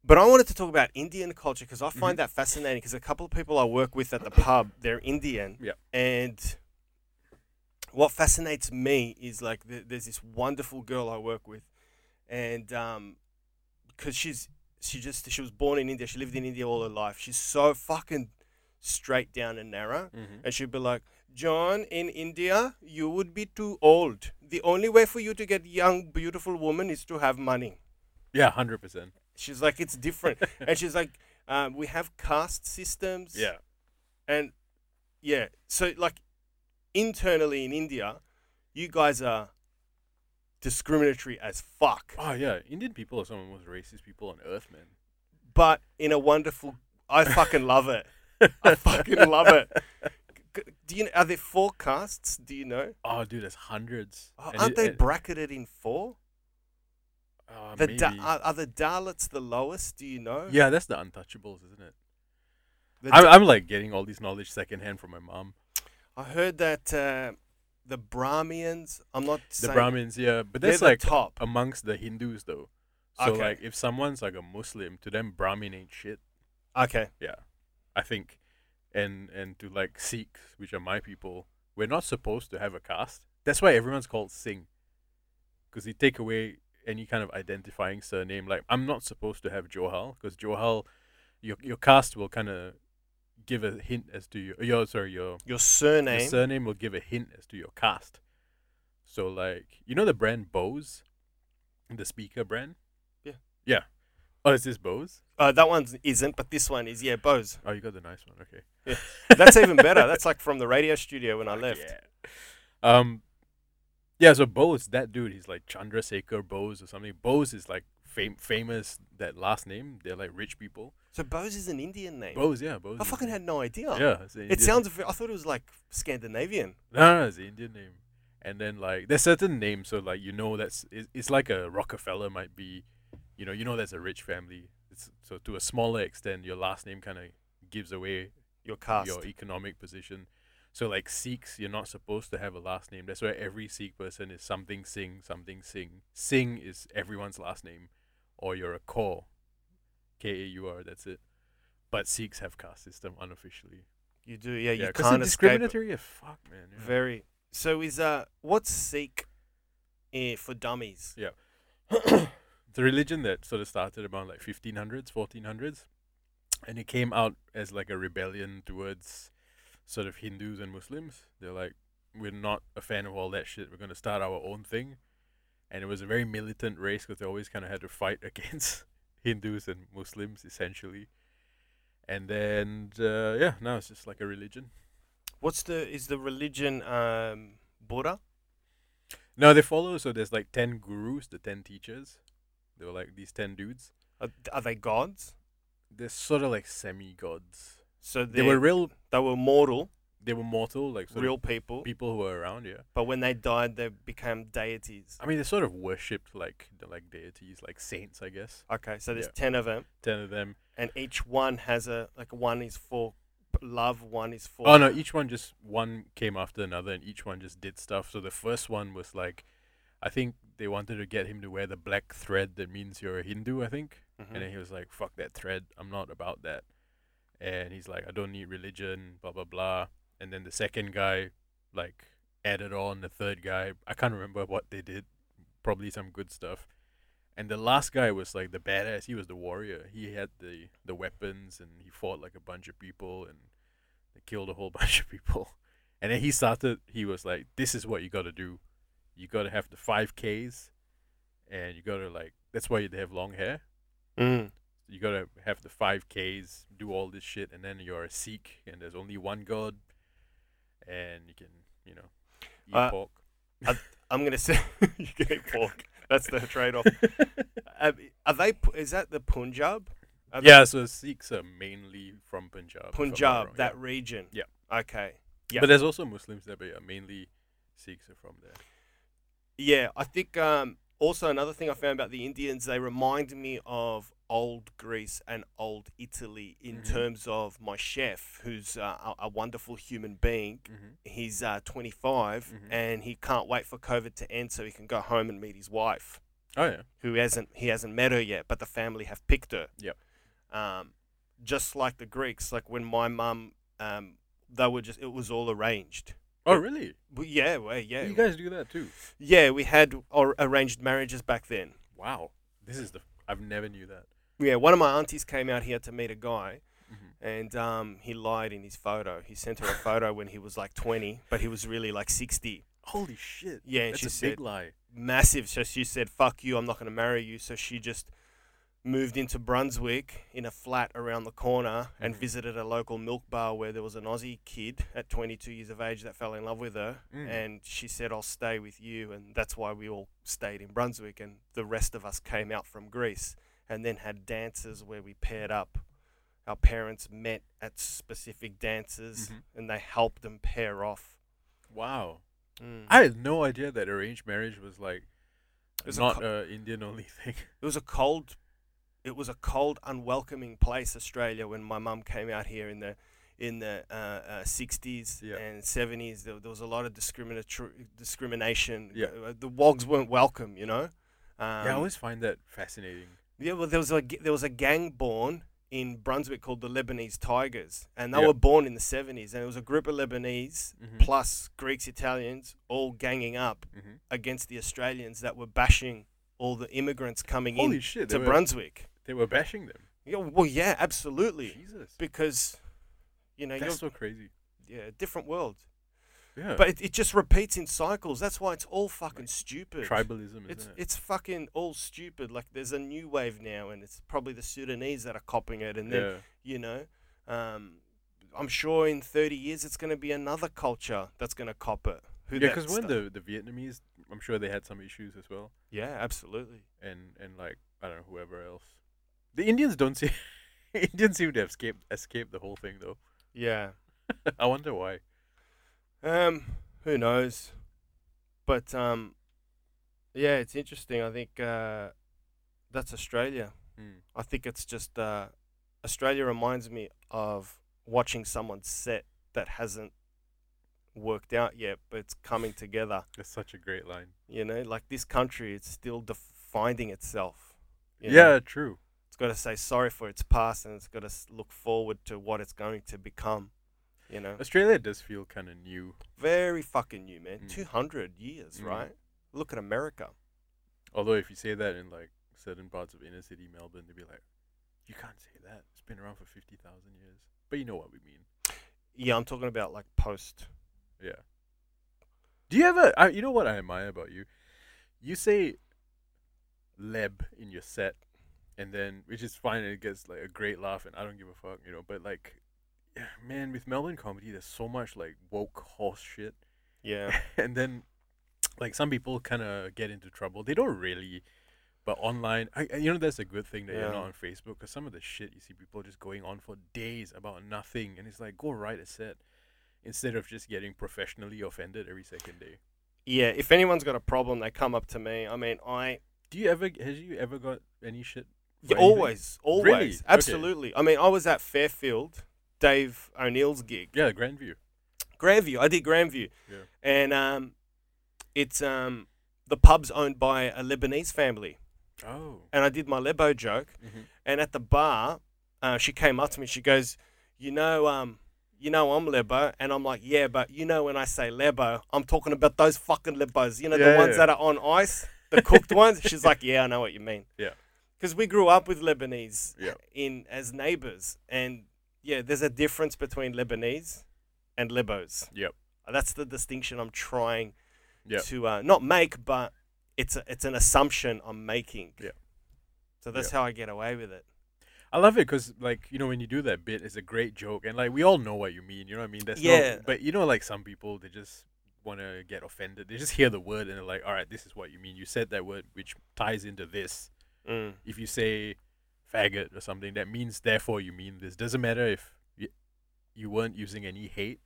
But I wanted to talk about Indian culture because I
Mm-hmm.
find that fascinating. Because a couple of people I work with at the pub, they're Indian.
Yep.
And what fascinates me is like th- there's this wonderful girl I work with, and um, because she's she just she was born in India, she lived in India all her life. She's so fucking straight down and narrow.
Mm-hmm.
And she'd be like, John, in India, you would be too old. The only way for you to get young, beautiful woman is to have money.
Yeah, hundred percent.
She's like, it's different. and she's like, um, we have caste systems.
Yeah.
And yeah, so like internally in India, you guys are discriminatory as fuck,
Oh yeah. Indian people are some of the most racist people on earth, man.
but in a wonderful, I fucking love it. I fucking love it. C- Do you, are there four castes? Do you know?
Oh, dude, there's hundreds.
Oh,
And
aren't
it-
they
and-
bracketed in four?
oh,
The uh, da-
maybe.
are, are the Dalits the lowest? Do you know?
yeah, that's the untouchables, isn't it?
The
I'm, I'm like getting all this knowledge secondhand from my mom.
I heard that uh, the Brahmians. I'm not
The
saying
Brahmins, yeah, but
they're
that's
the
like
top.
amongst the Hindus though. So
Okay.
like, if someone's like a Muslim, to them Brahmin ain't shit.
Okay.
yeah i think and and to like sikhs which are my people we're not supposed to have a caste that's why everyone's called singh because you take away any kind of identifying surname like i'm not supposed to have johal because johal your, your caste will kind of give a hint as to your, your sorry your,
Your
your
surname.
surname will give a hint as to your caste so like you know the brand bose the speaker brand
Yeah.
yeah oh is this bose
uh, that one isn't, but this one is. Yeah, Bose.
oh you got the nice one okay
That's even better. That's like from the radio studio when I left.
Yeah. Um, yeah. So Bose, that dude, he's like Chandrasekhar Bose or something. Bose is like fam- famous. That last name, they're like rich people.
So Bose is an Indian name.
Bose, yeah, Bose.
I
is-
fucking had no idea.
Yeah, it's an Indian
It sounds. ve- I thought it was like Scandinavian.
No, no, it's an Indian name. And then like there's certain names, so like you know that's it, it's like a Rockefeller might be, you know, you know that's a rich family. It's so to a smaller extent, your last name kind of gives away
Your caste.
your economic position. So like Sikhs, you're not supposed to have a last name. That's why every Sikh person is something Singh, something Singh. Singh is everyone's last name, or you're a Kaur, K A U R. That's it. But Sikhs have caste system unofficially.
you do. Yeah, you
'cause
can't
it's
escape. it.
discriminatory as fuck, man. yeah.
Very. So is uh, what's Sikh? eh, for dummies.
the religion that sort of started about like 1500s 1400s and it came out as like a rebellion towards sort of hindus and muslims they're like we're not a fan of all that shit we're going to start our own thing and it was a very militant race because they always kind of had to fight against hindus and muslims essentially and then uh, yeah now it's just like a religion
What's the is the religion um Buddha?
no they follow so there's like 10 gurus the 10 teachers they were like these 10 dudes
Are, are they gods?
they're sort of like semi gods
So
they were real
they were mortal,
they were mortal like sort
real
of
people,
people who were around yeah
but when they died, they became deities.
i mean they sort of worshipped like the, like deities like saints i guess
Okay, so there's
Yeah.
ten of them,
10 of them
and each one has a like one is for love, one is for
oh no each one just one came after another and each one just did stuff so the first one was like i think they wanted to get him to wear the black thread that means you're a hindu i think
Mhm.
and then he was like fuck that thread i'm not about that and he's like i don't need religion blah blah blah and then the second guy like added on the third guy i can't remember what they did probably some good stuff and the last guy was like the badass he was the warrior he had the the weapons and he fought like a bunch of people and they killed a whole bunch of people and then he started he was like this is what you got to do you got to have the 5ks and you got to like that's why they have long hair
Mm.
you gotta have the five Ks, do all this shit, and then you're a Sikh, and there's only one God, and you can, you know, eat
Uh,
pork.
Are, I'm gonna say you can eat pork. That's the trade-off. Um, are they? Pu- Is that the Punjab? Are they
yeah, so Sikhs are mainly from Punjab. if I'm not
Punjab,
wrong, yeah.
that region.
Yeah.
Okay. yeah.
But there's also Muslims there, but yeah, mainly Sikhs are from there.
Yeah, I think um, also another thing I found about the Indians, they remind me of old Greece and old Italy in
Mhm.
terms of my chef, who's uh, a, a wonderful human being.
Mm-hmm.
He's uh, 25
Mhm.
and he can't wait for COVID to end so he can go home and meet his wife,
Oh yeah,
who hasn't he hasn't met her yet, but the family have picked her.
Yep.
Um, just like the Greeks, like when my mum, um, they were just it was all arranged.
Oh really?
Well, yeah, well, yeah.
you guys do that too?
Yeah, we had or arranged marriages back then.
Wow, this is the I've never knew that.
Yeah, one of my aunties came out here to meet a guy,
Mhm.
and um, he lied in his photo. He sent her a photo when he was like 20, but he was really like 60.
Holy shit!
Yeah, and
That's
she
a
said
big lie.
massive. So she said, "Fuck you, I'm not going to marry you." So she just moved into Brunswick in a flat around the corner and
Mhm.
visited a local milk bar where there was an Aussie kid at 22 years of age that fell in love with her,
Mm.
and she said, "I'll stay with you," and that's why we all stayed in Brunswick, and the rest of us came out from Greece and then had dances where we paired up. Our parents met at specific dances,
Mhm.
and they helped them pair off.
Wow,
Mm.
I had no idea that arranged marriage was like
was a co-
not a Indian only thing.
It was a cold, it was a cold, unwelcoming place, Australia, when my mum came out here in the in the uh, sixties
Yeah.
and seventies. There, there was a lot of discriminatory discrimination.
Yeah.
Uh, The wogs weren't welcome, you know. Um,
yeah, I always find that fascinating.
yeah, well, there was a g- there was a gang born in Brunswick called the Lebanese Tigers, and they
Yeah.
were born in the seventies. And it was a group of Lebanese
Mhm.
plus Greeks, Italians, all ganging up
Mhm.
against the Australians that were bashing all the immigrants coming
Holy
in
shit! They
to
were,
Brunswick.
they were bashing them.
Yeah, well, yeah, absolutely.
Jesus,
Because, you know, you're,
that's so crazy.
yeah, different world.
Yeah,
But it, it just repeats in cycles. That's why it's all fucking
Like
stupid.
tribalism,
It's
isn't it?
it's fucking all stupid. Like there's a new wave now, and it's probably the Sudanese that are copying it. And then
yeah.
you know, um, I'm sure in 30 years it's going to be another culture that's going to cop it. Who
Yeah,
that
because when
stu-
the the Vietnamese, I'm sure they had some issues as well,
yeah, absolutely.
and and like I don't know whoever else. The Indians don't seem Indians seem to have escaped escaped the whole thing though.
Yeah.
I wonder why.
Um, who knows? But um, yeah, it's interesting. I think uh, that's Australia.
Mm.
I think it's just uh, Australia reminds me of watching someone's set that hasn't worked out yet, but it's coming together.
That's such a great line.
You know, like this country, it's still def- finding itself. you
Yeah,
know?
true.
it's got to say sorry for its past, and it's got to s- look forward to what it's going to become. You know,
Australia does feel kind of new.
very fucking new, man.
Mm.
200 years,
Mm.
right? Look at America.
Although if you say that in like certain parts of inner city Melbourne, they'd be like, "You can't say that. It's been around for fifty thousand years." But you know what we mean.
Yeah, I'm talking about like post.
Yeah. Do you ever? I, you know what I admire about you? You say "leb" in your set, and then which is fine, and it gets like a great laugh, and I don't give a fuck, you know. But like, man, with Melbourne comedy, there's so much like woke horse shit,
Yeah,
and then like some people kind of get into trouble. They don't really. But online, I, I- you know, that's a good thing that you're
Yeah.
not on Facebook because some of the shit you see people just going on for days about nothing, and it's like go write a set instead of just getting professionally offended every second day.
yeah. If anyone's got a problem, they come up to me. I mean, I
Do you ever has you ever got any shit? for
Yeah,
anything?
always, always,
Really? Okay.
absolutely. I mean, I was at Fairfield, Dave O'Neill's gig.
Yeah, Grandview.
Grandview. I did Grandview.
Yeah.
And um, it's um, the pub's owned by a Lebanese family.
Oh.
And I did my Lebo joke.
Mhm.
And at the bar, uh, she came up to me. She goes, "You know, um, you know, I'm Lebo." And I'm like, "Yeah, but you know, when I say Lebo, I'm talking about those fucking Lebos. You know, the
Yeah,
ones
yeah.
that are on ice, the cooked ones." She's like, "Yeah, I know what you mean."
Yeah.
Because we grew up with Lebanese
Yeah.
in as neighbors, and yeah, there's a difference between Lebanese and Lebos.
Yep.
That's the distinction I'm trying
Yeah.
to uh, not make, but it's a, it's an assumption I'm making.
Yeah.
So that's how I get away with it.
I love it because, like, you know, when you do that bit, it's a great joke, and like we all know what you mean. You know what I mean? That's no-
Yeah.
but you know, like some people, they just want to get offended. They just hear the word and they're like, all right, this is what you mean. You said that word, which ties into this.
Mm.
If you say faggot or something, that means therefore you mean this. Doesn't matter if you, you weren't using any hate.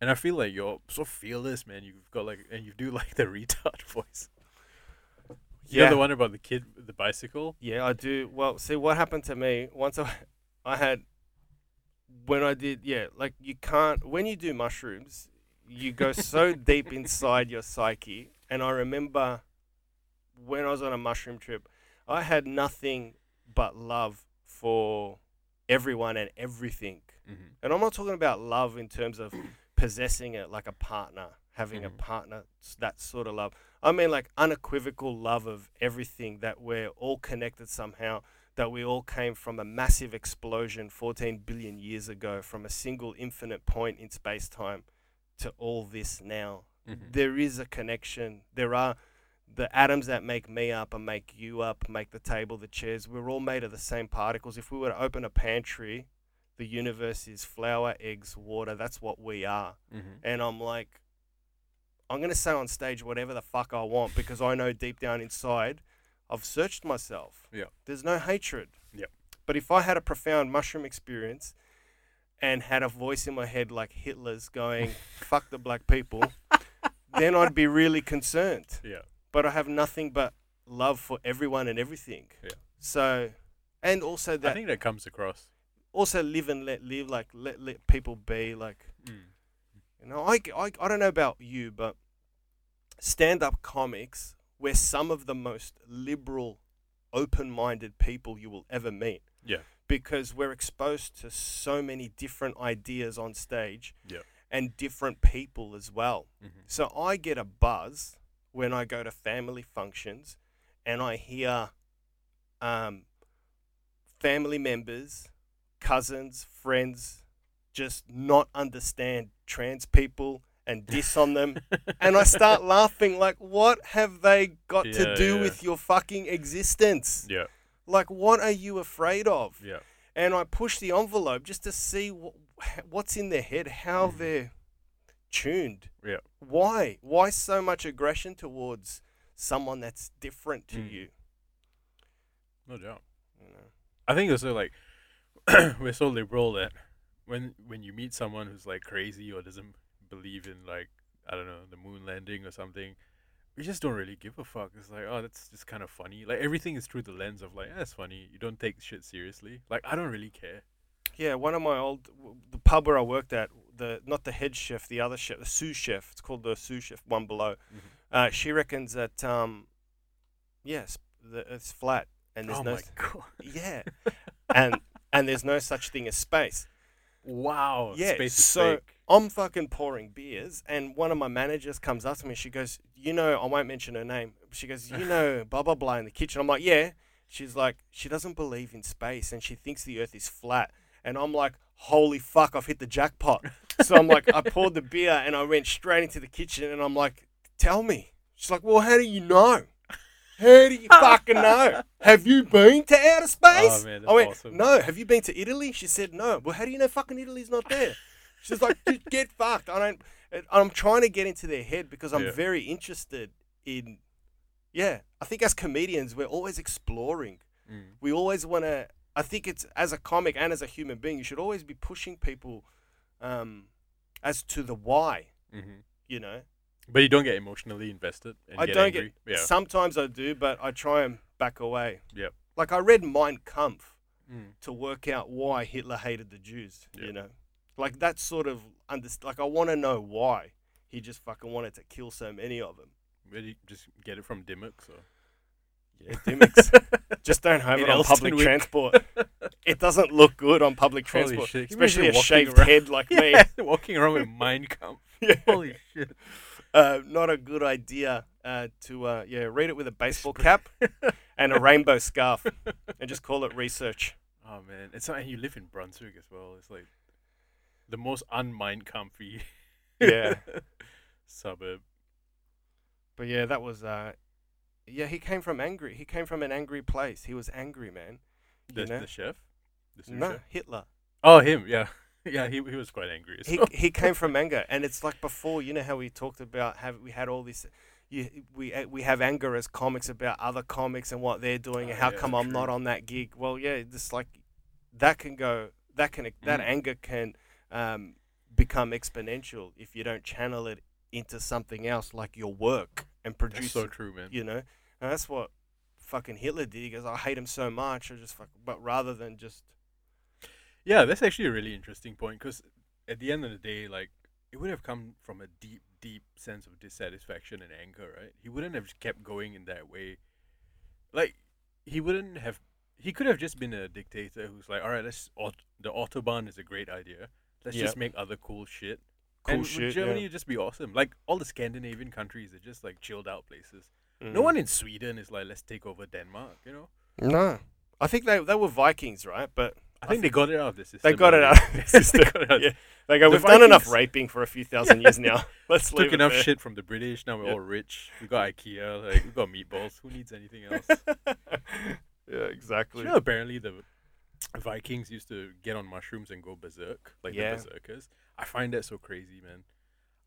And I feel like you're so fearless, man. You've got like, and you do like the retard voice. You know
Yeah.
the one about the kid, with the bicycle.
Yeah, I do. Well, see what happened to me once I, I had, when I did, yeah, like you can't, when you do mushrooms, you go so deep inside your psyche. And I remember when I was on a mushroom trip, I had nothing but love for everyone and everything.
Mm-hmm.
And I'm not talking about love in terms of possessing it like a partner, having a
Mhm.
partner, s- that sort of love. I mean, like unequivocal love of everything that we're all connected somehow, that we all came from a massive explosion 14 billion years ago, from a single infinite point in space time to all this now.
Mhm.
There is a connection. There are the atoms that make me up and make you up, make the table, the chairs. We're all made of the same particles. If we were to open a pantry, the universe is flour, eggs, water. That's what we are.
Mm-hmm.
And I'm like, I'm going to say on stage whatever the fuck I want because I know deep down inside I've searched myself.
Yeah.
There's no hatred.
Yep.
But if I had a profound mushroom experience and had a voice in my head like Hitler's going, fuck the black people, then I'd be really concerned
Yeah.
but I have nothing but love for everyone and everything.
Yeah.
So, and also
I
that
think that comes across.
also live and let live, like let let people be, like
Mm.
you know, I I, I don't know about you, but stand up comics, we're some of the most liberal, open minded people you will ever meet.
Yeah.
Because we're exposed to so many different ideas on stage.
Yeah.
And different people as well.
Mm-hmm.
So I get a buzz when I go to family functions and I hear um, family members, cousins, friends just not understand trans people and diss on them.
Mm-hmm.
And I start laughing like, what have they got
Yeah,
to do
yeah.
with your fucking existence?
Yeah.
Like, what are you afraid of?
Yeah.
and I push the envelope just to see wh- what's in their head, how
Mhm.
they're tuned.
Yeah.
Why? Why so much aggression towards someone that's different to
Mm.
you?
No doubt.
you know?
I think also like we're so liberal that when when you meet someone who's like crazy or doesn't believe in like I don't know the moon landing or something, we just don't really give a fuck. It's like oh that's just kind of funny. Like everything is through the lens of like that's funny. You don't take shit seriously. Like I don't really care.
Yeah. One of my old w- the pub where I worked at the not the head chef, the other chef, the sous chef. It's called the sous chef. One below.
Mm-hmm.
Uh, she reckons that um, yes, the, it's flat and there's
oh
no
my god!
yeah, and and there's no such thing as space.
Wow.
Yeah,
Space is
so-
fake.
I'm fucking pouring beers, and one of my managers comes up to me. She goes, "You know, I won't mention her name." She goes, "You know, blah blah blah in the kitchen." I'm like, "Yeah." She's like, "She doesn't believe in space, and she thinks the Earth is flat." And I'm like, "Holy fuck! I've hit the jackpot!" So I'm like, I poured the beer, and I went straight into the kitchen, and I'm like, "Tell me." She's like, "Well, how do you know?" How do you fucking know? Have you been to outer space?
Oh, man,
I
that's
went,
awesome.
no. Have you been to Italy? She said, no. Well, how do you know fucking Italy's not there? She's like, "Dude, get fucked. I don't. and I'm trying to get into their head because I'm
Yeah.
very interested in. Yeah, I think as comedians, we're always exploring.
Mm.
We always want to. I think it's as a comic and as a human being, you should always be pushing people um, as to the why.
Mhm.
You know,
But you don't get emotionally invested. And
I
get
don't
angry.
get.
Yeah.
Sometimes I do, but I try and back away.
Yep.
Like I read Mein Kampf
Mm.
to work out why Hitler hated the Jews.
Yeah.
You know, like that sort of under like I want to know why he just fucking wanted to kill so many of them.
Where do you just get it from Dimmocks or?
Yeah, Dimmicks. just don't have
In
it on public
Elstonwick.
transport. It doesn't look good on public
Holy
transport,
shit, can you
especially a
imagine walking
shaved
around-
head like me.
yeah, walking around with Mein Kampf.
Yeah.
Holy shit.
Uh, not a good idea uh, to uh, yeah read it with a baseball cap and a rainbow scarf, and just call it research.
Oh man, it's and you live in Brunswick as well. It's like the most unmind comfy
Yeah.
suburb.
But yeah, that was uh yeah, he came from angry. He came from an angry place. He was angry, man.
The,
know?
the chef, the sous
no,
chef.
Hitler.
Oh, him. Yeah. yeah, he, he was quite angry.
he,
so-
he came from anger, and it's like before. You know how we talked about have we had all this. You, we uh, we have anger as comics about other comics and what they're doing and
Oh,
how
yeah,
come I'm not
true.
on that gig. Well, yeah, just like that can go that can that
Mm.
anger can um, become exponential if you don't channel it into something else like your work and
That's
produce
so
it,
true, man.
you know. And that's what fucking Hitler did. He goes, I hate him so much. I just fuck, but rather than just
Yeah, that's actually a really interesting point because at the end of the day, like it would have come from a deep, deep sense of dissatisfaction and anger, right? He wouldn't have just kept going in that way. Like he wouldn't have. He could have just been a dictator who's like, "All right, let's aut- the autobahn is a great idea. Let's just
Yep.
make other cool shit."
cool
and would
shit.
Germany
yeah.
would just be awesome. Like all the Scandinavian countries are just like chilled out places.
Mm.
No one in Sweden is like, "Let's take over Denmark," you know.
No. I think they they were Vikings, right? But
I
I
think they got it out of the system.
they got it out
already.
of their system.
got it out.
Yeah. They go,
The
we've done enough
Vikings-
raping for a few thousand years now. Let's leave
took
it
enough
there."
shit from the British. Now we're
Yeah.
all rich. We got IKEA. Like we got meatballs. Who needs anything else?
yeah, exactly.
you know, apparently the Vikings used to get on mushrooms and go berserk, like
Yeah.
the berserkers. I find that so crazy, man.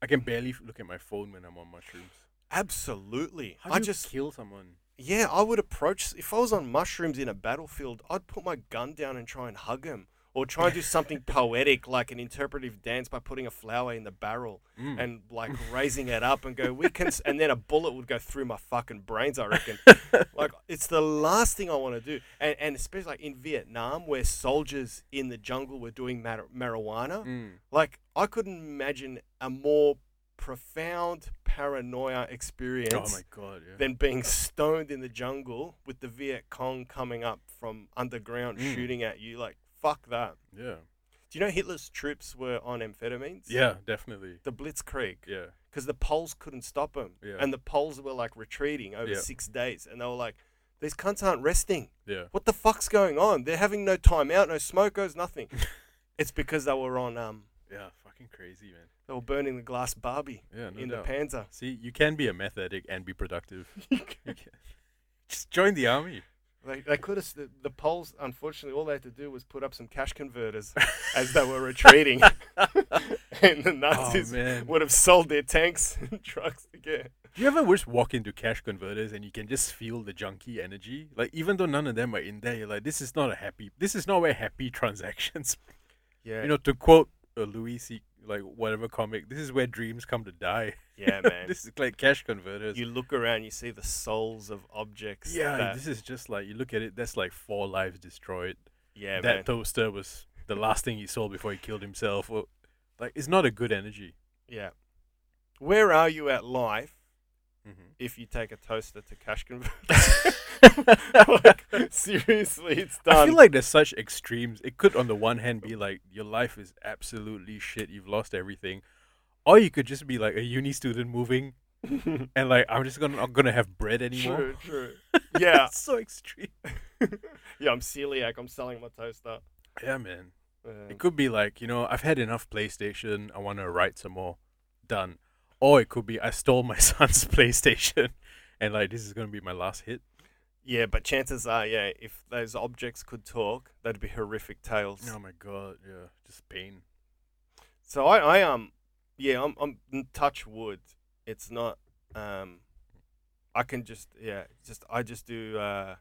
I can barely f- look at my phone when I'm on mushrooms.
Absolutely.
How do
I
you
just
kill someone?
yeah, I would approach if I was on mushrooms in a battlefield, I'd put my gun down and try and hug him. Or try and do something poetic like an interpretive dance by putting a flower in the barrel
Mm.
and like raising it up and go, we can, s-" and then a bullet would go through my fucking brains, I reckon. like it's the last thing I want to do, and and especially like in Vietnam where soldiers in the jungle were doing mar- marijuana.
Mm.
Like I couldn't imagine a more profound paranoia experience
Oh my god! Yeah.
than being stoned in the jungle with the Viet Cong coming up from underground
Mm.
shooting at you. Like fuck that.
yeah.
Do you know Hitler's troops were on amphetamines?
Yeah. Definitely.
The Blitzkrieg
Yeah.
because the Poles couldn't stop them,
Yeah.
and the Poles were like retreating over
Yeah.
six days, and they were like, "These cunts aren't resting.
Yeah.
What the fuck's going on? They're having no time out, no smokers, nothing." it's because they were on um,
Yeah. Fucking crazy, man.
they were burning the glass Barbie
Yeah. No
in
doubt.
the Panzer.
See, you can be a meth addict and be productive. You can- Just join the army.
They, they could have the, the Poles. Unfortunately, all they had to do was put up some cash converters as they were retreating, and the Nazis
Oh, man.
would have sold their tanks and trucks to get.
Do you ever just walk into cash converters and you can just feel the junkie energy? Like even though none of them are in there, you're like, this is not a happy. This is not where happy transactions.
Yeah,
You know, to quote a Louis C. Like whatever comic, this is where dreams come to die.
yeah, man.
this is like cash converters.
you look around, you see the souls of objects.
yeah,
that-
this is just like you look at it. That's like four lives destroyed.
yeah,
that
man.
toaster was the last thing he sold before he killed himself. Or, like it's not a good energy.
yeah. Where are you at life
Mm-hmm.
if you take a toaster to cash convert?
Like,
Seriously, it's done.
I feel like there's such extremes. It could, on the one hand, be like your life is absolutely shit. You've lost everything, or you could just be like a uni student moving and like I'm just gonna not gonna have bread anymore.
true, true. Yeah,
it's so extreme.
yeah. I'm celiac. I'm selling my toaster.
Yeah, man.
Um,
It could be like you know I've had enough PlayStation. I want to write some more. Done. Or it could be I stole my son's PlayStation, and like this is gonna be my last hit.
yeah, but chances are, yeah, if those objects could talk, that'd be horrific tales.
Oh my god, yeah, just pain.
So I, I um, yeah, I'm, I'm n- touch wood. It's not um, I can just yeah, just I just do. Uh,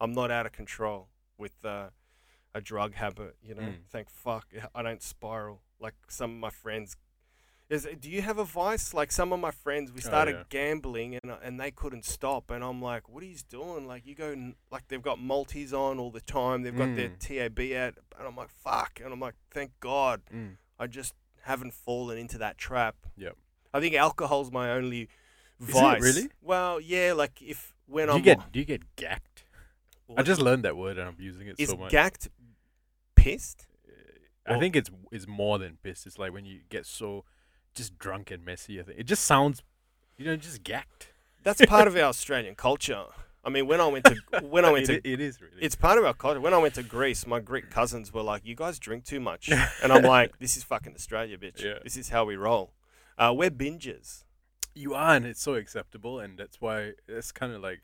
I'm not out of control with uh, a drug habit, you know.
Mm.
Thank fuck, yeah, I don't spiral like some of my friends. Is do you have a vice? Like some of my friends, we
Oh,
started
yeah.
gambling and uh, and they couldn't stop, and I'm like, what are you doing? Like you go n- like they've got Maltese on all the time, they've got their
Mm.
TAB out, and I'm like, fuck, and I'm like, thank God.
Mm.
I just haven't fallen into that trap.
Yep.
I think alcohol's my only
it
vice.
really?
Well, yeah, like if when
Do
I'm
you get do you get gacked? I
What-
just learned that word and I'm using it
is
so much.
gacked pissed?
I
Or-
think it's it's more than pissed. It's like when you get so just drunk and messy. I think it just sounds, you know, just gacked.
That's part of our Australian culture. I mean, when I went to when I went
It-
to
it is really.
it's part of our culture. When I went to Greece, my Greek cousins were like, "You guys drink too much," and I'm like, "This is fucking Australia, bitch.
Yeah.
This is how we roll. Uh, we're binges."
you are, and it's so acceptable, and that's why it's kind of like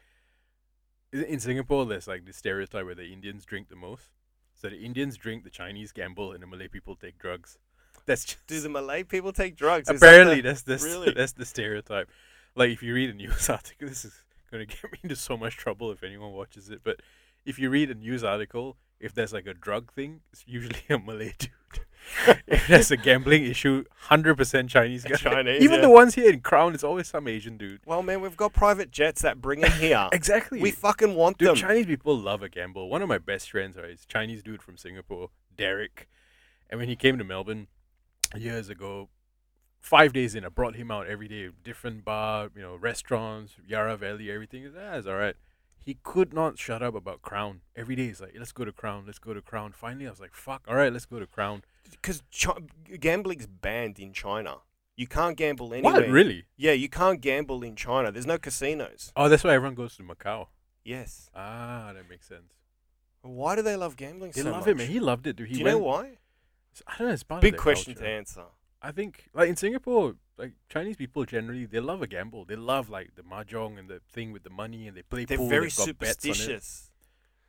i- in Singapore. There's like this stereotype where the Indians drink the most. So the Indians drink, the Chinese gamble, and the Malay people take drugs. That's just
Do the Malay people take drugs? Is that
apparently
the-
that's that's
really?
that's the stereotype. Like if you read a news article, this is gonna get me into so much trouble if anyone watches it. But if you read a news article, if there's like a drug thing, it's usually a Malay dude. if there's a gambling issue, hundred percent Chinese guy.
Chinese,
Even
yeah.
the ones here in Crown, it's always some Asian dude.
well, man, we've got private jets that bring him here.
Exactly.
Uh, we fucking want
Dude,
them.
Chinese people love a gamble. One of my best friends right, is a Chinese dude from Singapore, Derek. And when he came to Melbourne years ago, five days in, I brought him out every day, different bar, you know, restaurants, Yarra Valley, everything. He's, Ah, it's all right. He could not shut up about Crown. Every day he's like, let's go to Crown, let's go to Crown. Finally, I was like, fuck, all right, let's go to Crown.
Because chi- gambling's banned in China. You can't gamble anywhere.
What, really?
Yeah, you can't gamble in China. There's no casinos.
Oh, that's why everyone goes to Macau.
Yes.
Ah, that makes sense.
Why do they love gambling
They
so
love
much?
it, man. He loved it, dude. He
do you know
went-
why?
I don't know, it's part of
Big
their
question
culture.
to answer.
I think like in Singapore, like Chinese people generally they love a gamble. They love like the mahjong and the thing with the money and they play
They're
pool.
very
they've got bets on it.
superstitious.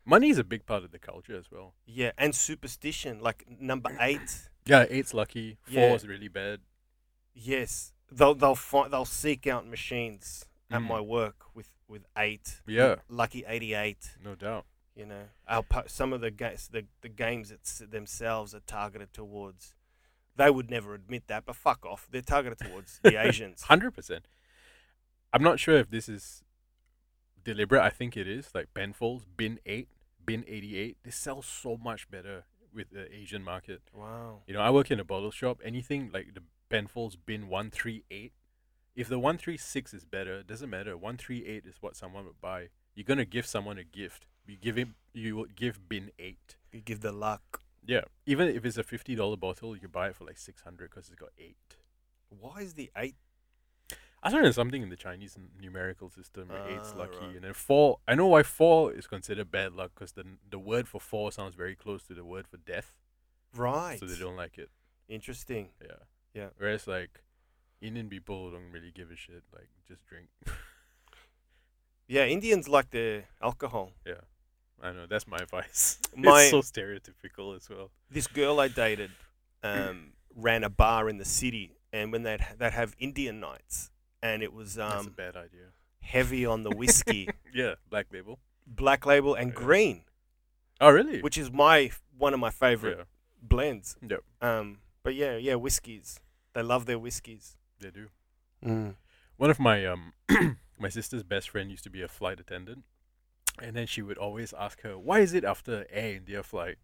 Money is a big part of the culture as well.
Yeah, and superstition. Like number eight.
Yeah, eight's lucky. Four
Yeah.
is really bad.
Yes, they'll they'll find they'll seek out machines at
Mm.
my work with with eight.
Yeah.
Lucky eighty eight.
No doubt.
You know, our po- some of the games the, the games it's themselves are targeted towards. They would never admit that, but fuck off. They're targeted towards the Asians.
Hundred percent. I'm not sure if this is deliberate. I think it is. Like Penfolds, bin eight, bin eighty eight. They sell so much better with the Asian market.
Wow.
You know, I work in a bottle shop. Anything like the Penfolds bin 138, if the 136 is better, it doesn't matter. 138 is what someone would buy. You're going to give someone a gift. You give him, you would give bin 8.
You give the luck.
Yeah. Even if it's a $50 bottle, you can buy it for like 600 because it's got 8.
Why is the eight?
I don't know, something in the Chinese n- numerical system. Like eight's
Ah,
lucky.
right.
And then four, I know why four is considered bad luck because the, the word for four sounds very close to the word for death.
Right.
So they don't like it.
Interesting.
Yeah.
Yeah.
Whereas like Indian people don't really give a shit. Like just drink.
Yeah, Indians like their alcohol.
yeah. I know that's my advice.
My-
it's so stereotypical as well.
this girl I dated um, ran a bar in the city, and when they'd they'd have Indian nights, and it was
that's a
um,
bad idea.
heavy on the whiskey,
Yeah, black label.
black label, and
Yeah.
green,
Oh really?
which is my one of my favorite
yeah,
blends.
Yep.
Um, but yeah, yeah, whiskies. They love their whiskies.
they do. Mm. One of my um my sister's best friend used to be a flight attendant, and then she would always ask her, "Why is it after Air India flight?"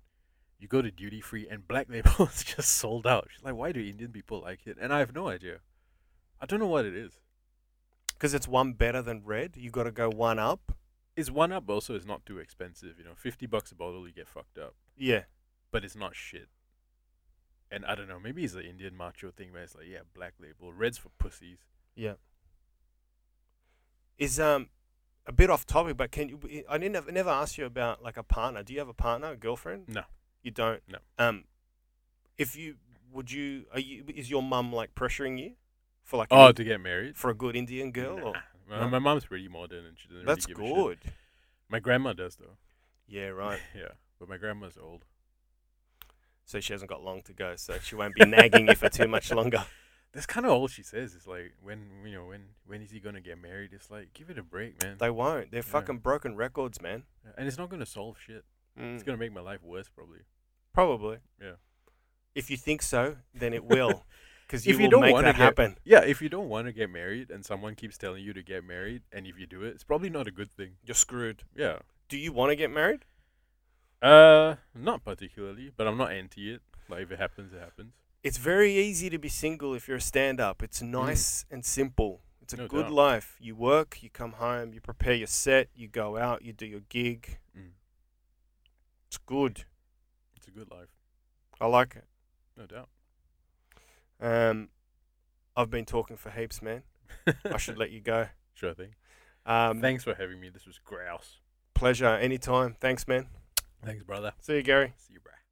You go to duty free and black label is just sold out. She's like, why do Indian people like it? And I have no idea. I don't know what it is.
Because it's one better than red. You got to go one up.
It's one up, but also it's not too expensive. You know, fifty bucks a bottle, you get fucked up,
Yeah.
but it's not shit. And I don't know, maybe it's the Indian macho thing where it's like, yeah, black label, reds for pussies.
Yeah. Is um a bit off topic, but can you? I didn't have, never asked you about like a partner. Do you have a partner, a girlfriend?
No.
you don't.
No.
Um, if you would you are you is your mum like pressuring you for like an
Oh,
Ind-
to get married?
for a good Indian girl?
Nah.
Or?
My,
No?
my mom's pretty modern and she doesn't.
That's
really give a shit.
good.
My grandma does though.
Yeah, right.
yeah, but my grandma's old.
So she hasn't got long to go, so she won't be nagging you for too much longer.
That's kind of all she says. It's like, when you know, when when is he gonna get married? It's like, give it a break, man.
They won't. They're
Yeah.
fucking broken records, man.
and it's not gonna solve shit.
Mm.
It's gonna make my life worse, probably.
Probably.
Yeah.
If you think so, then it will, because you,
If you
will
don't
make
wanna
that
get-
happen.
Yeah, if you don't want to get married and someone keeps telling you to get married, and if you do it, it's probably not a good thing.
You're screwed.
Yeah.
Do you want to get married?
Uh, not particularly, but I'm not anti it. Like, if it happens, it happens.
It's very easy to be single if you're a stand up. It's nice and simple. It's a
Mm. No
good
doubt.
life. You work, you come home, you prepare your set, you go out, you do your gig.
Mm.
It's good.
It's a good life,
I like it.
no doubt.
Um, I've been talking for heaps, man. I should let you go.
sure thing.
Um,
Thanks for having me. This was grouse.
pleasure anytime. Thanks, man.
Thanks, brother.
See you, Gary.
See you, bruh.